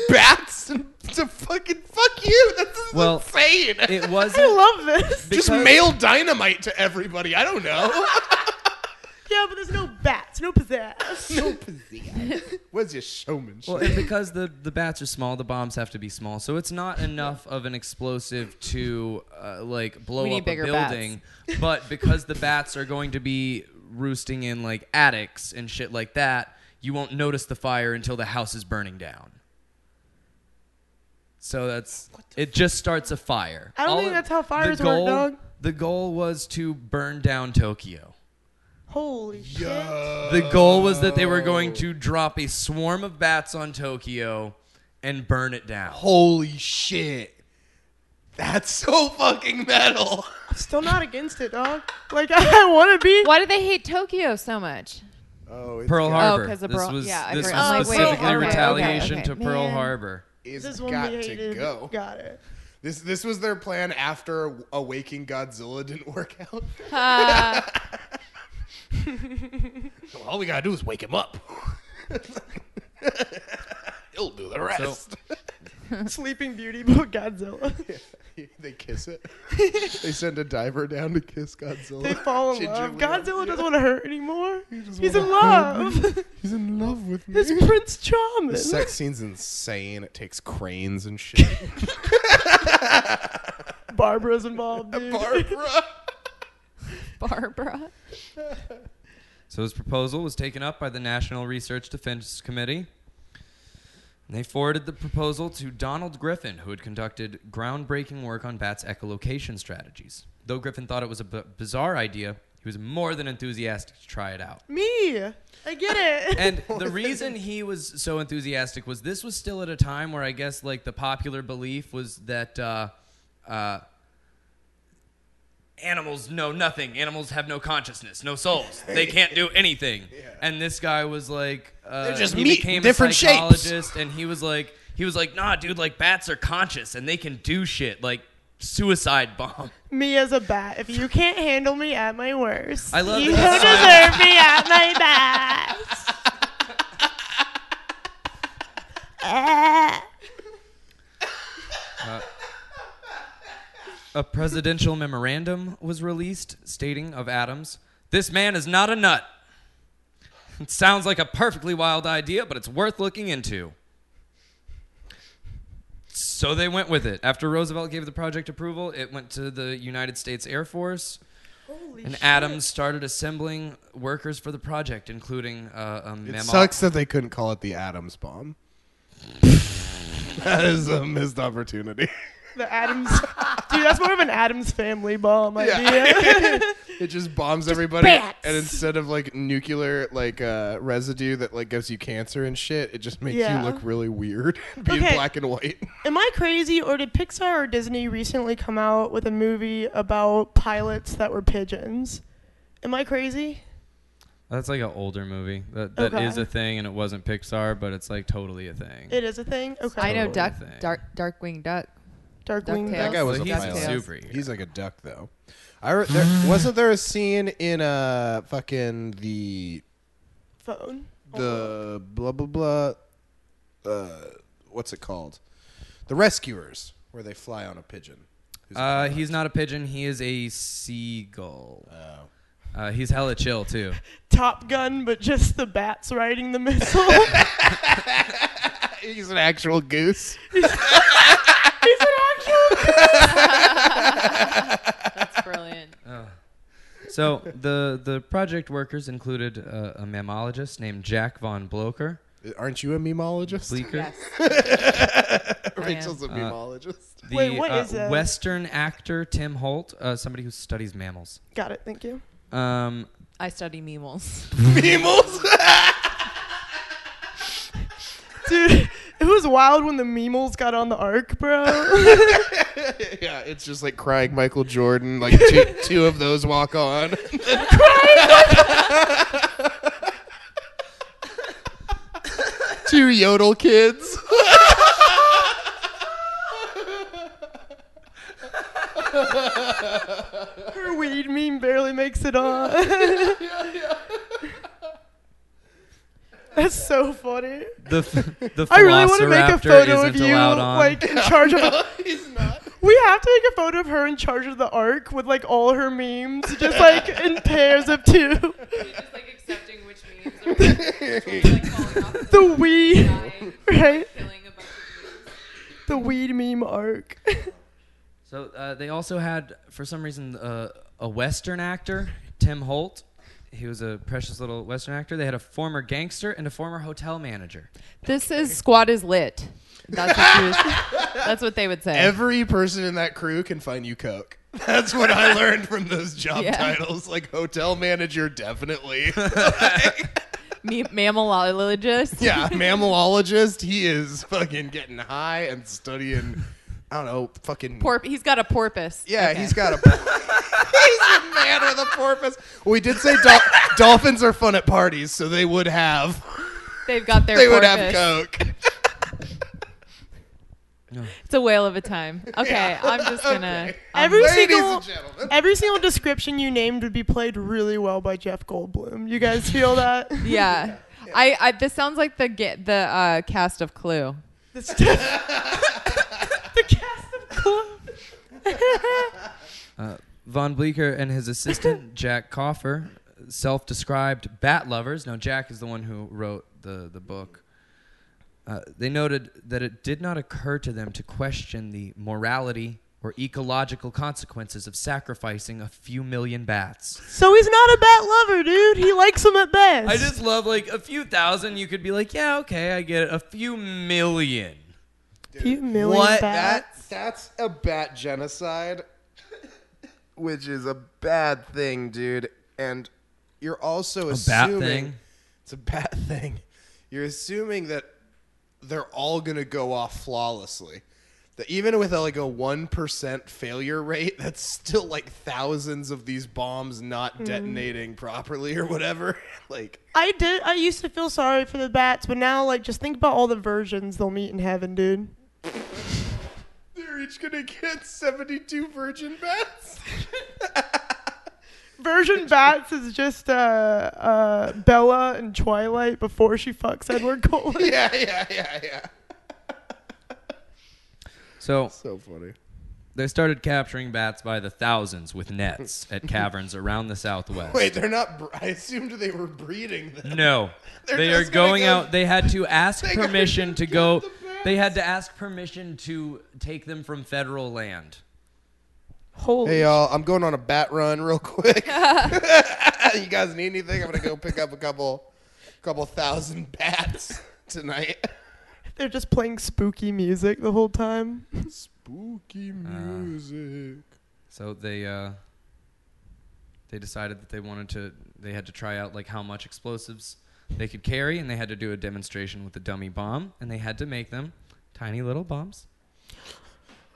bats and to fucking fuck you. That's Well, insane. It wasn't I love this. just because- mail dynamite to everybody. I don't know. Yeah, but there's no bats, no pizzazz. no pizzazz. Where's your showmanship? Well, and because the, the bats are small, the bombs have to be small. So it's not enough of an explosive to uh, like blow We need up a bigger building. But because the bats are going to be roosting in like attics and shit like that, you won't notice the fire until the house is burning down. So that's it. Just starts a fire. I don't All think of- that's how the fires work, goal, dog. The goal was to burn down Tokyo. Holy shit. The goal was that they were going to drop a swarm of bats on Tokyo and burn it down. Holy shit. That's so fucking metal. I'm still not against it, dog. Like, I want to be. Why do they hate Tokyo so much? Oh, it's Pearl got- Oh, Harbor. 'cause of this Pearl- was, yeah, I this forgot. was Oh, wait, specifically okay, okay, retaliation okay. got to Pearl Man. Harbor. This is it's one got we to hated. go. Got it. This this was their plan after Awaking Godzilla didn't work out. Uh, All we gotta do is wake him up. He'll do the rest. Sleeping Beauty, but Godzilla. they kiss it. they send a diver down to kiss Godzilla. They fall in love. Gingerly. Godzilla doesn't want to hurt anymore. just He's wanna- in love. He's in love with me. It's Prince Charming. The sex scene's insane. It takes cranes and shit. Barbara's involved, dude. Barbara. Barbara. So his proposal was taken up by the National Research Defense Committee. And they forwarded the proposal to Donald Griffin, who had conducted groundbreaking work on bats' echolocation strategies. Though Griffin thought it was a b- bizarre idea, he was more than enthusiastic to try it out. Me. I get it. And the reason he was so enthusiastic was this was still at a time where I guess like the popular belief was that uh, uh, animals know nothing. Animals have no consciousness, no souls. They can't do anything. And this guy was like, uh, They're just he meat, became different a shapes. psychologist, and he was like, he was like, nah, dude, like bats are conscious and they can do shit like suicide bomb. me as a bat. If you can't handle me at my worst, I love you that don't sign. deserve me at my best. Ah. A presidential memorandum was released stating of Adams, This man is not a nut. It sounds like a perfectly wild idea, but it's worth looking into. So they went with it. After Roosevelt gave the project approval, it went to the United States Air Force, Holy and shit. Adams started assembling workers for the project, including uh, a mammal. It sucks that they couldn't call it the Adams bomb. that is a missed opportunity. The Adams. Dude, that's more of an Adams family bomb idea. it just bombs everybody, and instead of like nuclear like uh, residue that like gives you cancer and shit, it just makes Yeah. you look really weird, being Okay. black and white. Am I crazy, or did Pixar or Disney recently come out with a movie about pilots that were pigeons? Am I crazy? That's like an older movie. That, that is Okay. a thing, and it wasn't Pixar, but it's like totally a thing. It is a thing. Okay. I know Totally duck, thing. dark, dark wing duck. Darkwing. DuckTales. Duck. That guy was Well, a he's pilot. a super. He's like a duck though. I re- there, wasn't there a scene in uh fucking the Phone. the blah blah blah uh what's it called? The Rescuers where they fly on a pigeon. Who's a Uh, pilot. he's not a pigeon. He is a seagull. Uh, he's hella chill too. Top Gun, but just the bats riding the missile. he's an actual goose. He's an actual. That's brilliant. So the the project workers included uh, a mammalogist named Jack von Blocher, Aren't you a memologist? Bleecker. Yes. Rachel's a memologist. The Wait, what uh, is that? Western actor Tim Holt, uh, somebody who studies mammals. Got it. Thank you. Um, I study memes. Dude, it was wild when the memels got on the ark, bro. yeah, it's just like crying Michael Jordan. Like two, two of those walk on. two yodel kids. Her weed meme barely makes it on. That's so funny. the f- the I really want to make a Velociraptor photo of isn't you, allowed on. like in charge of. A, He's not. we have to make a photo of her in charge of the ark with like all her memes, just like in pairs of two. Just like accepting which memes The weed, right? killing a bunch of The weed meme arc. so uh, they also had, for some reason, uh, a Western actor, Tim Holt. He was a precious little Western actor. They had a former gangster and a former hotel manager. This is squad is lit. That's what, you that's what they would say. Every person in that crew can find you coke. That's what I learned from those job Yeah. titles. Like hotel manager, definitely. Me- mammalologist. yeah, mammalologist. He is fucking getting high and studying. I don't know, fucking Porp- he's got a porpoise. Yeah, Okay. he's got a. he's a man with a porpoise. We did say dol- dolphins are fun at parties, so they would have. They've got their They would porpoise. have coke. It's a whale of a time. Okay, I'm just gonna. I'm- Every Ladies single, and gentlemen. every single description you named would be played really well by Jeff Goldblum. You guys feel that? yeah. I, I this sounds like the get the uh, cast of Clue. the, st- the cast of Clue. Von Bleeker and his assistant Jack Coffer, self-described bat lovers. Now Jack is the one who wrote the the book. Uh, they noted that it did not occur to them to question the morality or ecological consequences of sacrificing a few million bats. So he's not a bat lover, dude. He likes them at best. I just love like a few thousand. You could be like, yeah, okay, I get it. A few million. few million bats. that's a bat genocide, which is a bad thing, dude. And you're also A bat assuming thing? it's a bad thing. You're assuming that they're all gonna go off flawlessly. That even with a, like a one percent failure rate, that's still like thousands of these bombs not detonating properly or whatever. like I did. I used to feel sorry for the bats, but now, like, just think about all the virgins they'll meet in heaven, dude. they're each gonna get seventy-two virgin bats. Virgin bats is just uh, uh, Bella and Twilight before she fucks Edward Cullen. yeah, yeah, yeah, yeah. So So funny. they started capturing bats by the thousands with nets at caverns around the southwest. Wait, they're not. Bre- I assumed they were breeding them. No. They're they are just gonna going go- out. They had to ask They gotta permission go to get go. the bats. They had to ask permission to take them from federal land. Holy Hey y'all, I'm going on a bat run real quick. you guys need anything? I'm gonna go pick up a couple, couple thousand bats tonight. They're just playing spooky music the whole time. Spooky music. So they uh, they decided that they wanted to. They had to try out like how much explosives they could carry, and they had to do a demonstration with a dummy bomb, and they had to make them tiny little bombs.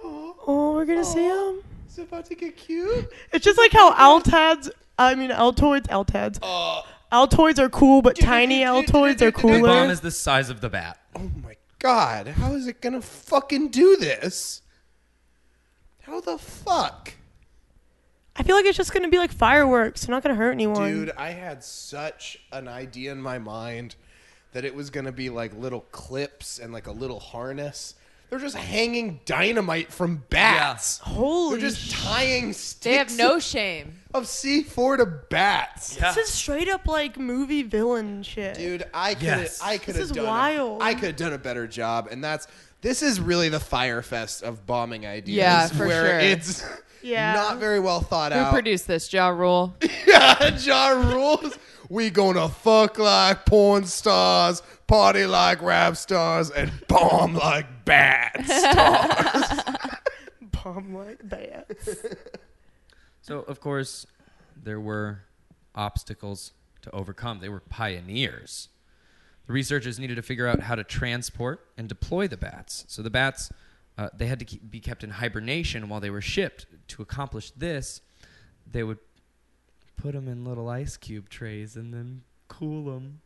Oh, we're gonna see him. It's about to get cute. It's just like how Altads, I mean Altoids, Altads. Altoids are cool, but tiny Altoids The are bomb cooler. is the size of the bat. Oh my god, how is it gonna fucking do this? How the fuck? I feel like it's just gonna be like fireworks. They're not gonna hurt anyone. Dude, I had such an idea in my mind that it was going to be like little clips and like a little harness. They're just hanging dynamite from bats. Holy They're just tying sticks They have no shame. of C4 to bats. This is straight up like movie villain shit. Dude, I could Yes. I could This have is done wild. A, I could have done a better job and that's this is really the fire fest of bombing ideas Yeah, for where sure. it's Yeah. not very well thought Who out. produced this? Jaw Rule. Yeah, Ja Rules. We gonna fuck like porn stars, party like rap stars, and bomb like bats. Bomb like that. So, of course, there were obstacles to overcome. They were pioneers. The researchers needed to figure out how to transport and deploy the bats. So the bats, uh, they had to keep, be kept in hibernation while they were shipped. To accomplish this, they would put them in little ice cube trays and then cool them.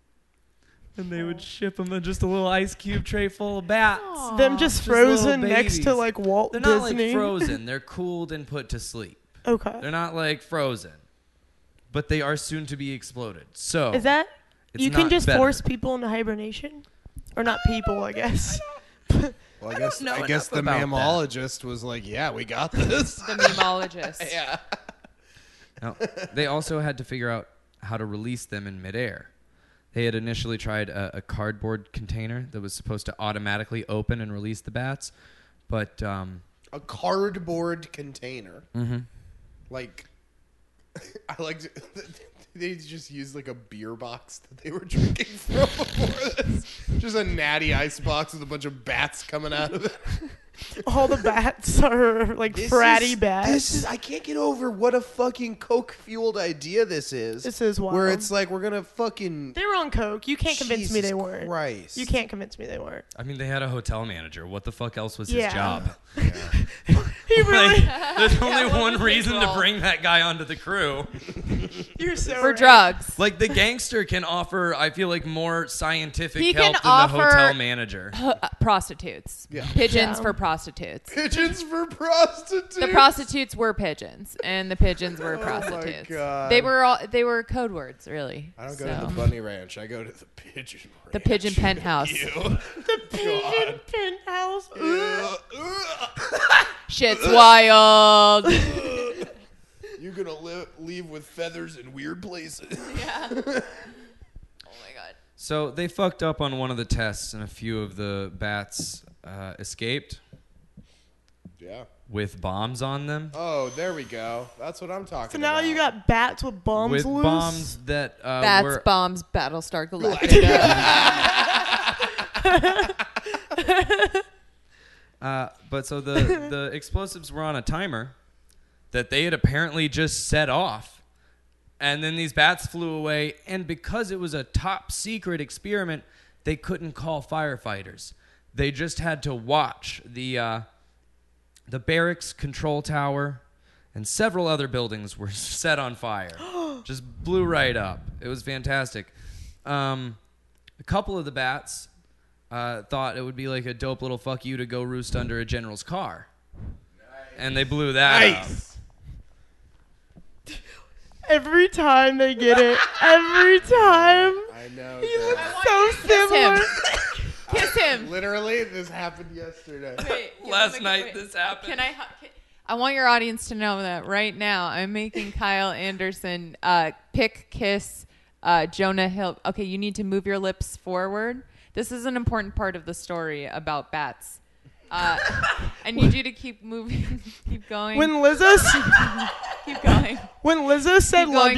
And they would ship them in just a little ice cube tray full of bats. Them just Just little frozen next to babies. like Walt They're not Disney. like frozen. They're cooled and put to sleep. Okay. They're not like frozen, but they are soon to be exploded. So Is that it's you can not just better. force people into hibernation, or not people? I guess. Well, I, guess know I guess the enough about that. mammologist was like, "Yeah, we got this." The memologist. yeah. Now, they also had to figure out how to release them in midair. They had initially tried a, a cardboard container that was supposed to automatically open and release the bats, but um, A cardboard container. Mm-hmm. Like, I like. to- They just used like a beer box that they were drinking from before this. Just a natty ice box with a bunch of bats coming out of it. All the bats are like This fratty is- bats. This is I can't get over what a fucking coke fueled idea this is. This is wild. where it's like we're gonna fucking. they were on coke. You can't convince me Jesus they weren't. Christ. You can't convince me they weren't. I mean, they had a hotel manager. What the fuck else was Yeah. his job? He really. Like, there's only what one was his reason to role? bring that guy onto the crew. You're so. For right. drugs. Like the gangster can offer, I feel like more scientific He help can than offer- the hotel manager. Uh, prostitutes. Yeah. Pigeons Yeah. for prostitutes. Pigeons for prostitutes. The prostitutes were pigeons, and the pigeons were prostitutes. Oh God. They were all they were code words, really. I don't go So, to the bunny ranch. I go to the pigeon ranch. the pigeon penthouse. The Oh, pigeon penthouse. Ooh. Shit's wild. You're gonna live, leave with feathers in weird places. Oh my god. So they fucked up on one of the tests, and a few of the bats uh, escaped Yeah. with bombs on them. Oh, there we go. That's what I'm talking So about. now you got bats with bombs with loose. bombs that uh, Bats, were bombs, Battlestar Galactica. Uh, but so the the explosives were on a timer that they had apparently just set off, and then these bats flew away. And because it was a top secret experiment, they couldn't call firefighters. They just had to watch the uh, the barracks control tower and several other buildings were set on fire. just blew right up. It was fantastic. Um, a couple of the bats uh, thought it would be like a dope little fuck you to go roost under a general's car. And they blew that up. Every time they get it. Oh, Every time. I know. He that. looks so similar. him. Kiss him. Literally, this happened yesterday. Last night this happened. Uh, Can I? hu- Can, I want your audience to know that right now I'm making Kyle Anderson uh, pick kiss uh, Jonah Hill. Okay, you need to move your lips forward. This is an important part of the story about bats. Uh, I need you to keep moving, keep going, When Lizzo, s- keep going when Lizzo said Keep "love going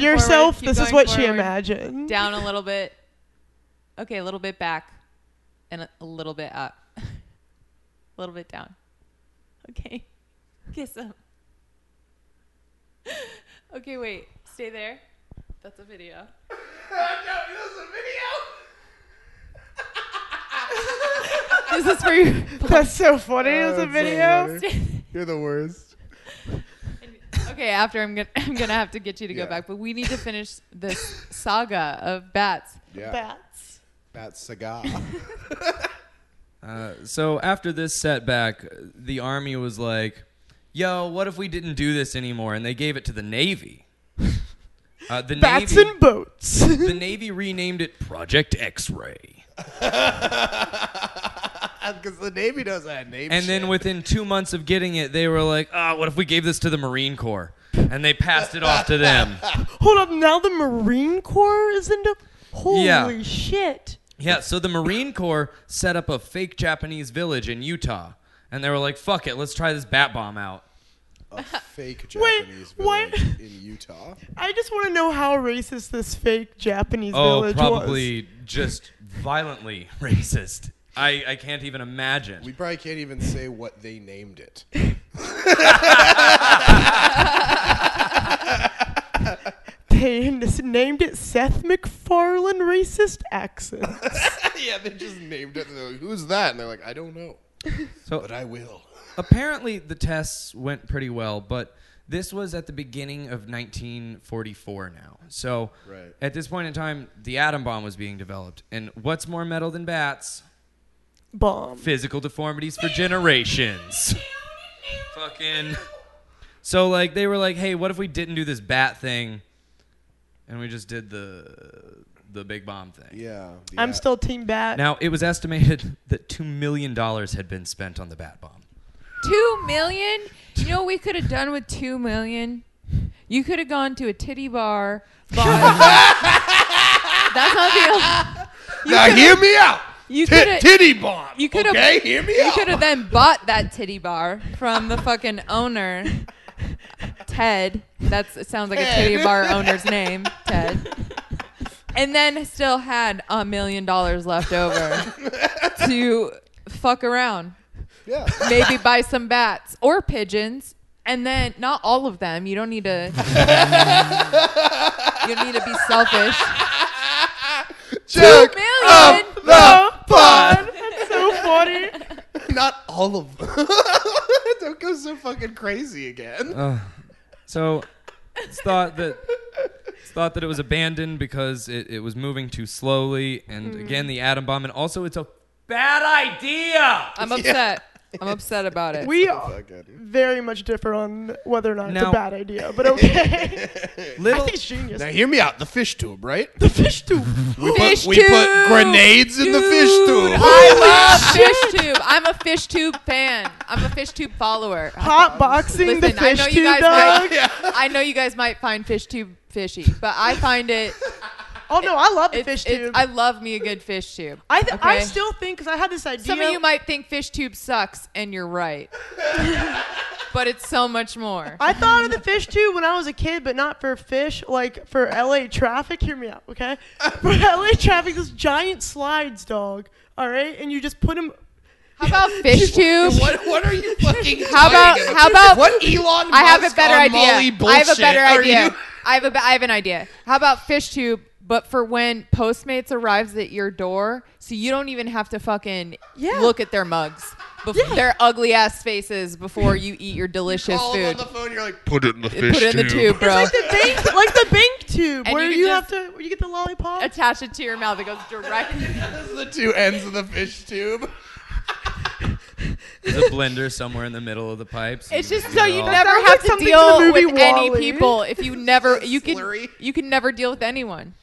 forward, yourself," keep this is going what she forward. imagined. down a little bit. Okay, a little bit back, and a, a little bit up, a little bit down. Okay, kiss him. Okay, wait, stay there. That's a video. This is for you. That's so funny. It was a That's so video. funny. You're the worst. okay, after I'm gonna I'm gonna have to get you to Yeah. go back, but we need to finish this saga of bats. Yeah. Bats. Bat cigar. Uh, so after this setback, the army was like, "Yo, what if we didn't do this anymore?" And they gave it to the navy. Uh, the Bats navy, and boats. the navy renamed it Project X-Ray. Because the Navy does that. Navy. And then within two months of getting it, they were like, "Ah, what if we gave this to the Marine Corps?" And they passed it off to them. Hold up. Now the Marine Corps is into. Holy Yeah. shit. Yeah, so the Marine Corps set up a fake Japanese village in Utah, and they were like, "Fuck it, let's try this bat bomb out." a fake Wait, Japanese what? village in Utah. I just want to know how racist this fake Japanese Oh, village was. probably just violently racist. I, I can't even imagine. We probably can't even say what they named it. They just named it Seth MacFarlane racist accent. yeah, they just named it. They're like, Who's that? And they're like, I don't know, so but I will. apparently the tests went pretty well, but this was at the beginning of 1944 now. So Right. at this point in time, the atom bomb was being developed. And what's more metal than bats? Bomb. Physical deformities for generations. Fucking. So like they were like, "Hey, what if we didn't do this bat thing and we just did the the big bomb thing?" Yeah, the I'm a- still team bat. Now, it was estimated that $2 million had been spent on the bat bomb. Two million? You know what we could have done with two million? You could have gone to a titty bar. Bought That's not the. Now hear me out. You could Tit- have. titty bomb. you coulda- okay, hear me You out. could have then bought that titty bar from the fucking owner, Ted. That's it sounds like a titty Ted. bar owner's name, Ted. And then still had a million dollars left over to fuck around. Yeah. maybe buy some bats or pigeons and then not all of them you don't need to you don't need to be selfish Joke million of the pod. That's so funny. Not all of them. Don't go so fucking crazy again. Oh. So it's thought that it's thought that it was abandoned because it, it was moving too slowly and Mm-hmm. again the atom bomb and also it's a bad idea. i'm upset i'm upset about it We are Fucking- very much differ on whether or not it's Now- a bad idea, but okay. I Little think it's genius. Now hear me out. The fish tube, right? The fish tube. We Fish put, we put tube. grenades in the fish Dude, tube. i love fish tube i'm a fish tube fan i'm a fish tube follower Hot boxing the Listen, I fish know you tube guys dog. might, I know you guys might find fish tube fishy, but I find it. Oh no, I love the It's, fish it's- tube. I love me a good fish tube. I, th- I okay? still think because I had this idea. Some of you might think fish tube sucks, and you're right. but it's so much more. I thought of the fish too when I was a kid, but not for fish, like for LA traffic. Hear me out, okay? For LA traffic, those giant slides, dog. All right, and you just put them. How about fish tube? What, what are you fucking How about- talking how about- what Elon Musk I have a better on idea. Molly I have a bullshit better are idea. you- I have a be- I have an idea. How about fish tube, but for when Postmates arrives at your door, so you don't even have to fucking Yeah. look at their mugs, bef- their ugly ass faces before you eat your delicious Call him on food. the phone. You're like, put it in the fish Put it in the tube, bro. It's like the bank, like the bank tube, And where you you, can have just- to, where you get the lollipop. Attach it to your mouth. It goes directly. This is the two ends of the fish tube. there's a blender somewhere in the middle of the pipes. It's and just so you all- never sounds have like to something deal from the movie with any Wall-E. people. If you never, you Slurry. can, you can never deal with anyone.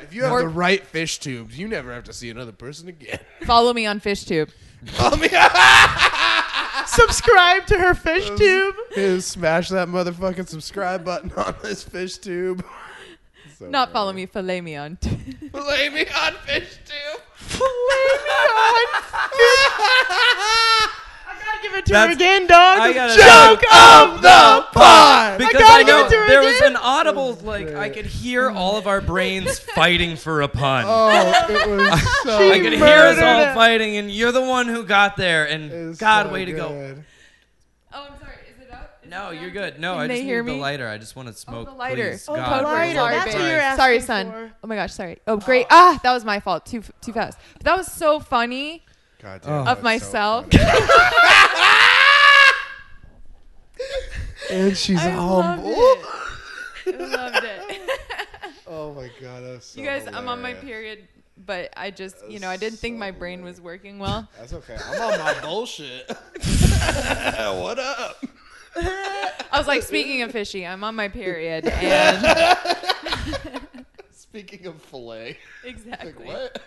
If you have Or- the right fish tubes, you never have to see another person again. Follow me on FishTube. Call me Subscribe to her fish tube. Is smash that motherfucking subscribe button on this fish tube. So Not follow me, fillet me on. Lay me on fish tube. I gotta give it to her That's- again, dog. I gotta- Joke of the pod. because gotta I, give know it to her there was again. an audible like I could hear all of our brains fighting for a pun. Oh, it was so. I could hear us murdered all it. fighting and you're the one who got there it and was god so way to go. good. Oh, I'm sorry. Is it up? No, you're good. No, Can I they just need hear the me? Oh, lighter. I just want to smoke. the lighter. please. Oh, the God, for lighter. love of That's what Christ. you're asking Sorry, son. for. Oh my gosh, sorry. Oh, great. Ah, that was my fault. Too too fast. But that was so funny God damn, Of that's of so myself. funny. and she's I loved um, humble. it. I loved it. Oh my god, that's so You guys, I'm on my hilarious. period, but I just, you know, I didn't think my brain was working well. That's okay. I'm on my bullshit. what up? I was like, speaking of fishy, I'm on my period, and Speaking of filet, like exactly. what?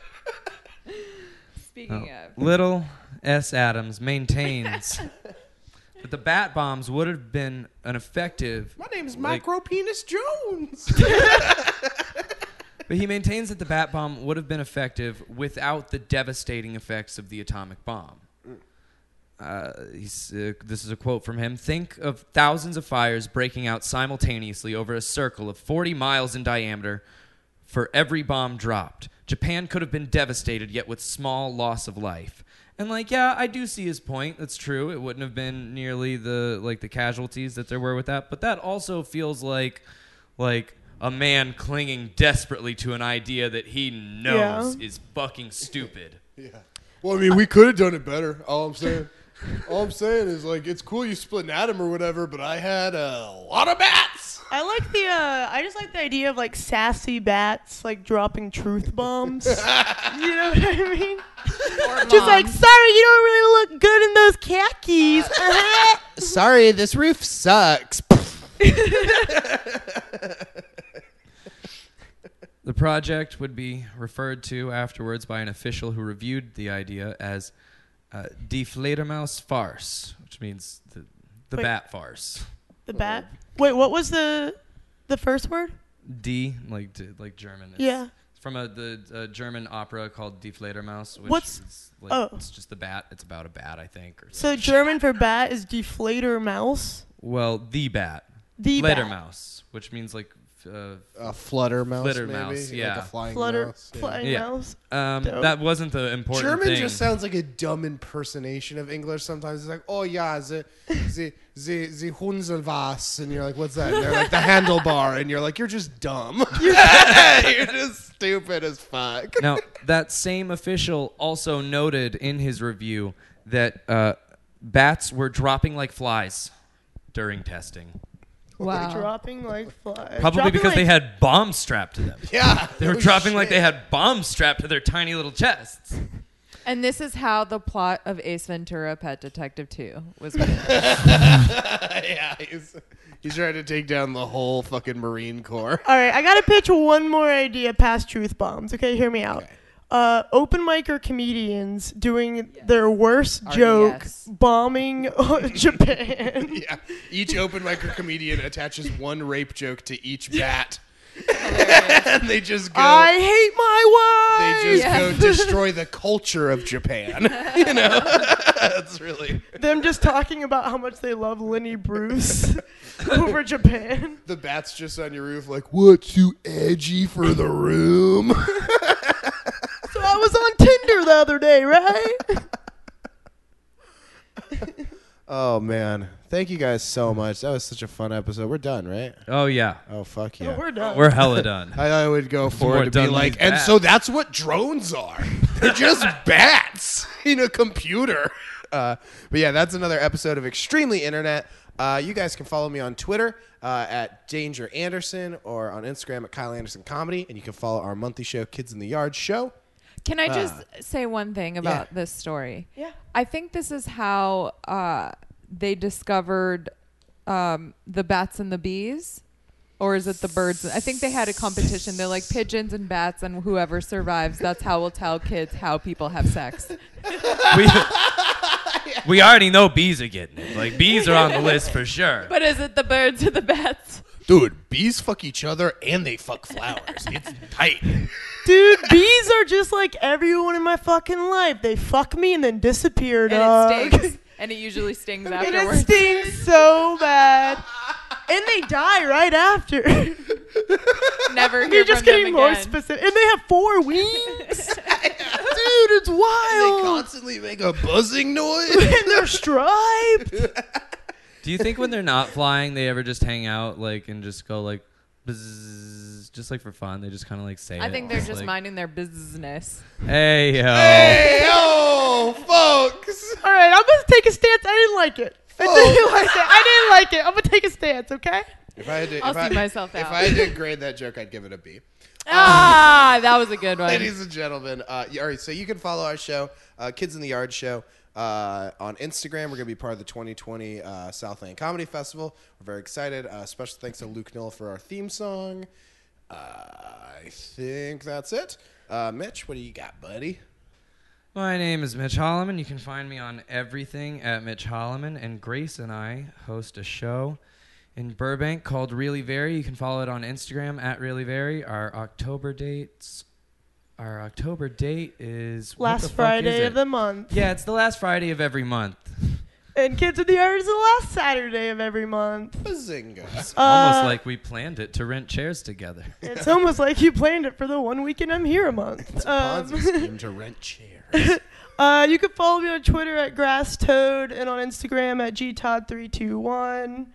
Speaking Oh. of. Little S. Adams maintains that the bat bombs would have been an effective, My name's Like- Micro Penis Jones. but he maintains that the bat bomb would have been effective without the devastating effects of the atomic bomb. uh, he's, uh, this is a quote from him. Think of thousands of fires breaking out simultaneously over a circle of 40 miles in diameter for every bomb dropped. Japan could have been devastated, yet with small loss of life. And like, yeah, I do see his point. That's true. It wouldn't have been nearly the like the casualties that there were with that. But that also feels like like a man clinging desperately to an idea that he knows is fucking stupid. Well, I mean, we could have done it better. All I'm saying, all I'm saying is like, it's cool you split an atom or whatever, but I had a lot of bats. I like the. Uh, I just like the idea of like sassy bats like dropping truth bombs. you know what I mean? Just like, sorry, you don't really look good in those khakis. Sorry, this roof sucks. The project would be referred to afterwards by an official who reviewed the idea as uh, Die Fledermaus farce, which means the, the Wait. bat farce. the bat. Wait, what was the the first word? D like d- like German. It's Yeah. From a the a German opera called Die Fledermaus, which What's- is like, oh. it's just the bat. It's about a bat, I think. Or So German for bat is deflator mouse. well, the bat, The bat. Fledermaus, which means like uh, A flutter mouse, Flutter maybe? mouse, Like a yeah. flying Flutter mouse, yeah. flying Yeah. mouse. um Dope. that wasn't the important German thing. just sounds like a dumb impersonation of English sometimes. It's like, oh yeah, the the the the Hunselwas, and you're like, what's that? And they're like the handlebar, and you're like, you're just dumb. you're just stupid as fuck. now, that same official also noted in his review that uh, bats were dropping like flies during testing. They're Wow. dropping like flies. Probably Dropping, because like- they had bombs strapped to them. Yeah, They were dropping like they had bombs strapped to their tiny little chests. And this is how the plot of Ace Ventura: Pet Detective Two was. written. yeah, he's, he's trying to take down the whole fucking Marine Corps. All right, I gotta pitch one more idea past truth bombs. Okay, hear me out. Uh, open mic or comedians doing their worst joke yes. bombing Japan. Yeah, each open micro comedian attaches one rape joke to each bat, and they just go. I hate my they wife. just Yeah. go destroy the culture of Japan. you know, that's really Them just talking about how much they love Lenny Bruce over Japan. the bats just on your roof. Like, what too edgy for the room? So I was on Tinder the other day, right? Oh man, thank you guys so much. That was such a fun episode. We're done, right? Oh, yeah. Oh fuck yeah. We're done. We're hella done. I, I would go more forward to be done like, with and Bats. so that's what drones are. They're just bats in a computer. uh, but yeah, that's another episode of Extremely Internet. Uh, you guys can follow me on Twitter uh, at Danger Anderson or on Instagram at Kyle Anderson Comedy, and you can follow our monthly show, Kids in the Yard Show. Can Uh, I just say one thing about this story? Yeah. I think this is how uh, they discovered um, the bats and the bees. Or is it the birds? I think they had a competition. They're like pigeons and bats, and whoever survives, that's how we'll tell kids how people have sex. we, we already know bees are getting it. Like, bees are on the list for sure. But is it the birds or the bats? Dude, bees fuck each other and they fuck flowers. It's tight. Dude, bees are just like everyone in my fucking life. They fuck me and then disappear, dog. And it stings. And it usually stings And afterwards. it stings so bad. And they die right after. Never hear You're from just getting them more again. specific. And they have four wings. Dude, it's wild. Constantly make a buzzing And noise. they're striped. Do you think when they're not flying, they ever just hang out, like, and just go, like, bzzz, just like for fun? They just kind of, like, say I it, think they're just like, minding their business. Hey, yo. hey, yo, folks. All right, I'm gonna take a stance. I didn't like it. I didn't like it. I didn't like it. I'm gonna take a stance, okay? If I had to, I'll if I, see myself if out. I had to grade that joke, I'd give it a B. ah, that was a good one. Ladies and gentlemen, uh, yeah, all right, so you can follow our show, uh, Kids in the Yard Show, uh, on Instagram. We're going to be part of the 2020 uh, Southland Comedy Festival. We're very excited. Uh, special thanks to Luke Knoll for our theme song. Uh, I think that's it. Uh, Mitch, what do you got, buddy? My name is Mitch Holloman. You can find me on everything at Mitch Holloman. And Grace and I host a show in Burbank called Really Very. You can follow it on Instagram at Really Very. Our October dates. Our October date is what the Last fuck is Friday it? of the month. Yeah, it's the last Friday of every month. and Kids in the Yard is the last Saturday of every month. Bazinga. Uh, Almost like we planned it to rent chairs together. It's almost like you planned it for the one weekend I'm here a month. Um, Ponzi scheme to rent chairs. Uh, you can follow me on Twitter at Grass Toad and on Instagram at gtod321.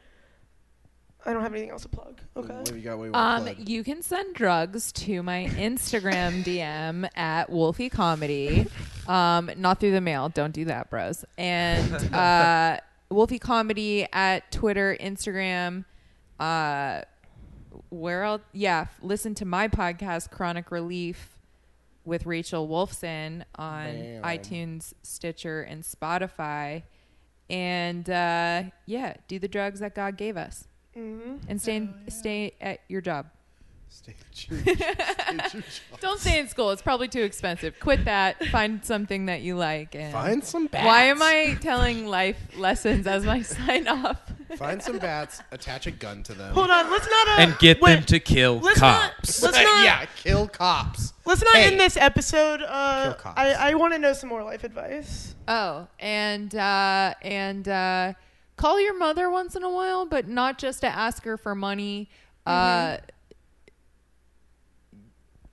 I don't have anything else to plug. Okay. What have you got? What do you want Um, to plug? you can send drugs to my Instagram DM at Wolfie Comedy. Um, not through the mail. Don't do that, bros. And uh, Wolfie Comedy at Twitter, Instagram. Uh, where else? Yeah, f- listen to my podcast, Chronic Relief, with Rachel Wolfson on Bam. iTunes, Stitcher, and Spotify. And uh, yeah, do the drugs that God gave us Mm-hmm. and stay in, stay at your job. Stay tuned. Stay tuned. Don't stay in school. It's probably too expensive. Quit that. Find something that you like. And Find some bats. Why am I telling life lessons as my sign off? Find some bats. Attach a gun to them. Hold on. Let's not. Uh, And get wait, them to kill let's cops. Not, let's not. yeah, kill cops. Let's not Hey. end this episode. Kill Uh, cops. I I want to know some more life advice. Oh, and uh, and uh, call your mother once in a while, but not just to ask her for money. Uh,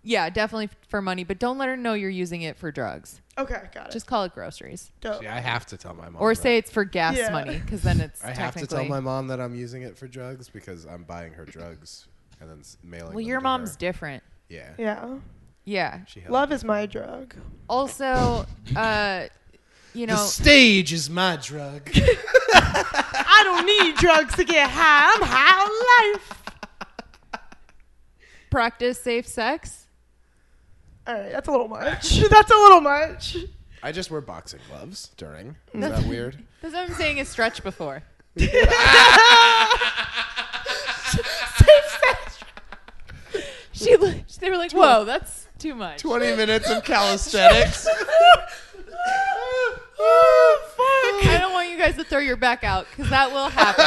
yeah, definitely for money, but don't let her know you're using it for drugs. Okay, got it. Just call it groceries, Dope. See, I have to tell my mom. or that. say it's for gas Yeah. money, because then it's I technically. have to tell my mom that I'm using it for drugs because I'm buying her drugs and then s- mailing. well, them your to mom's her. different. yeah. Yeah. Yeah. She has Love is my drug. Also, uh, you The know, stage is my drug. I don't need drugs to get high. I'm high on life. practice safe sex. All right, that's a little much. That's a little much. I just wear boxing gloves during. Is that weird? That's what I'm saying is stretch before. she, li- they were like, whoa, that's too much. 20 minutes of calisthenics. I don't want you guys to throw your back out because that will happen.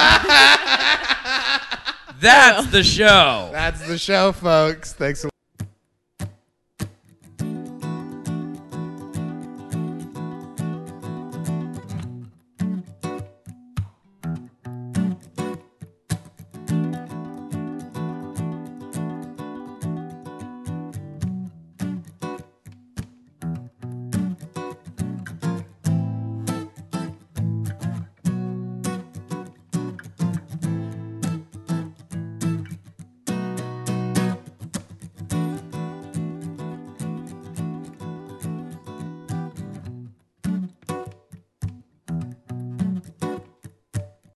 That's the show. That's the show, folks. Thanks. a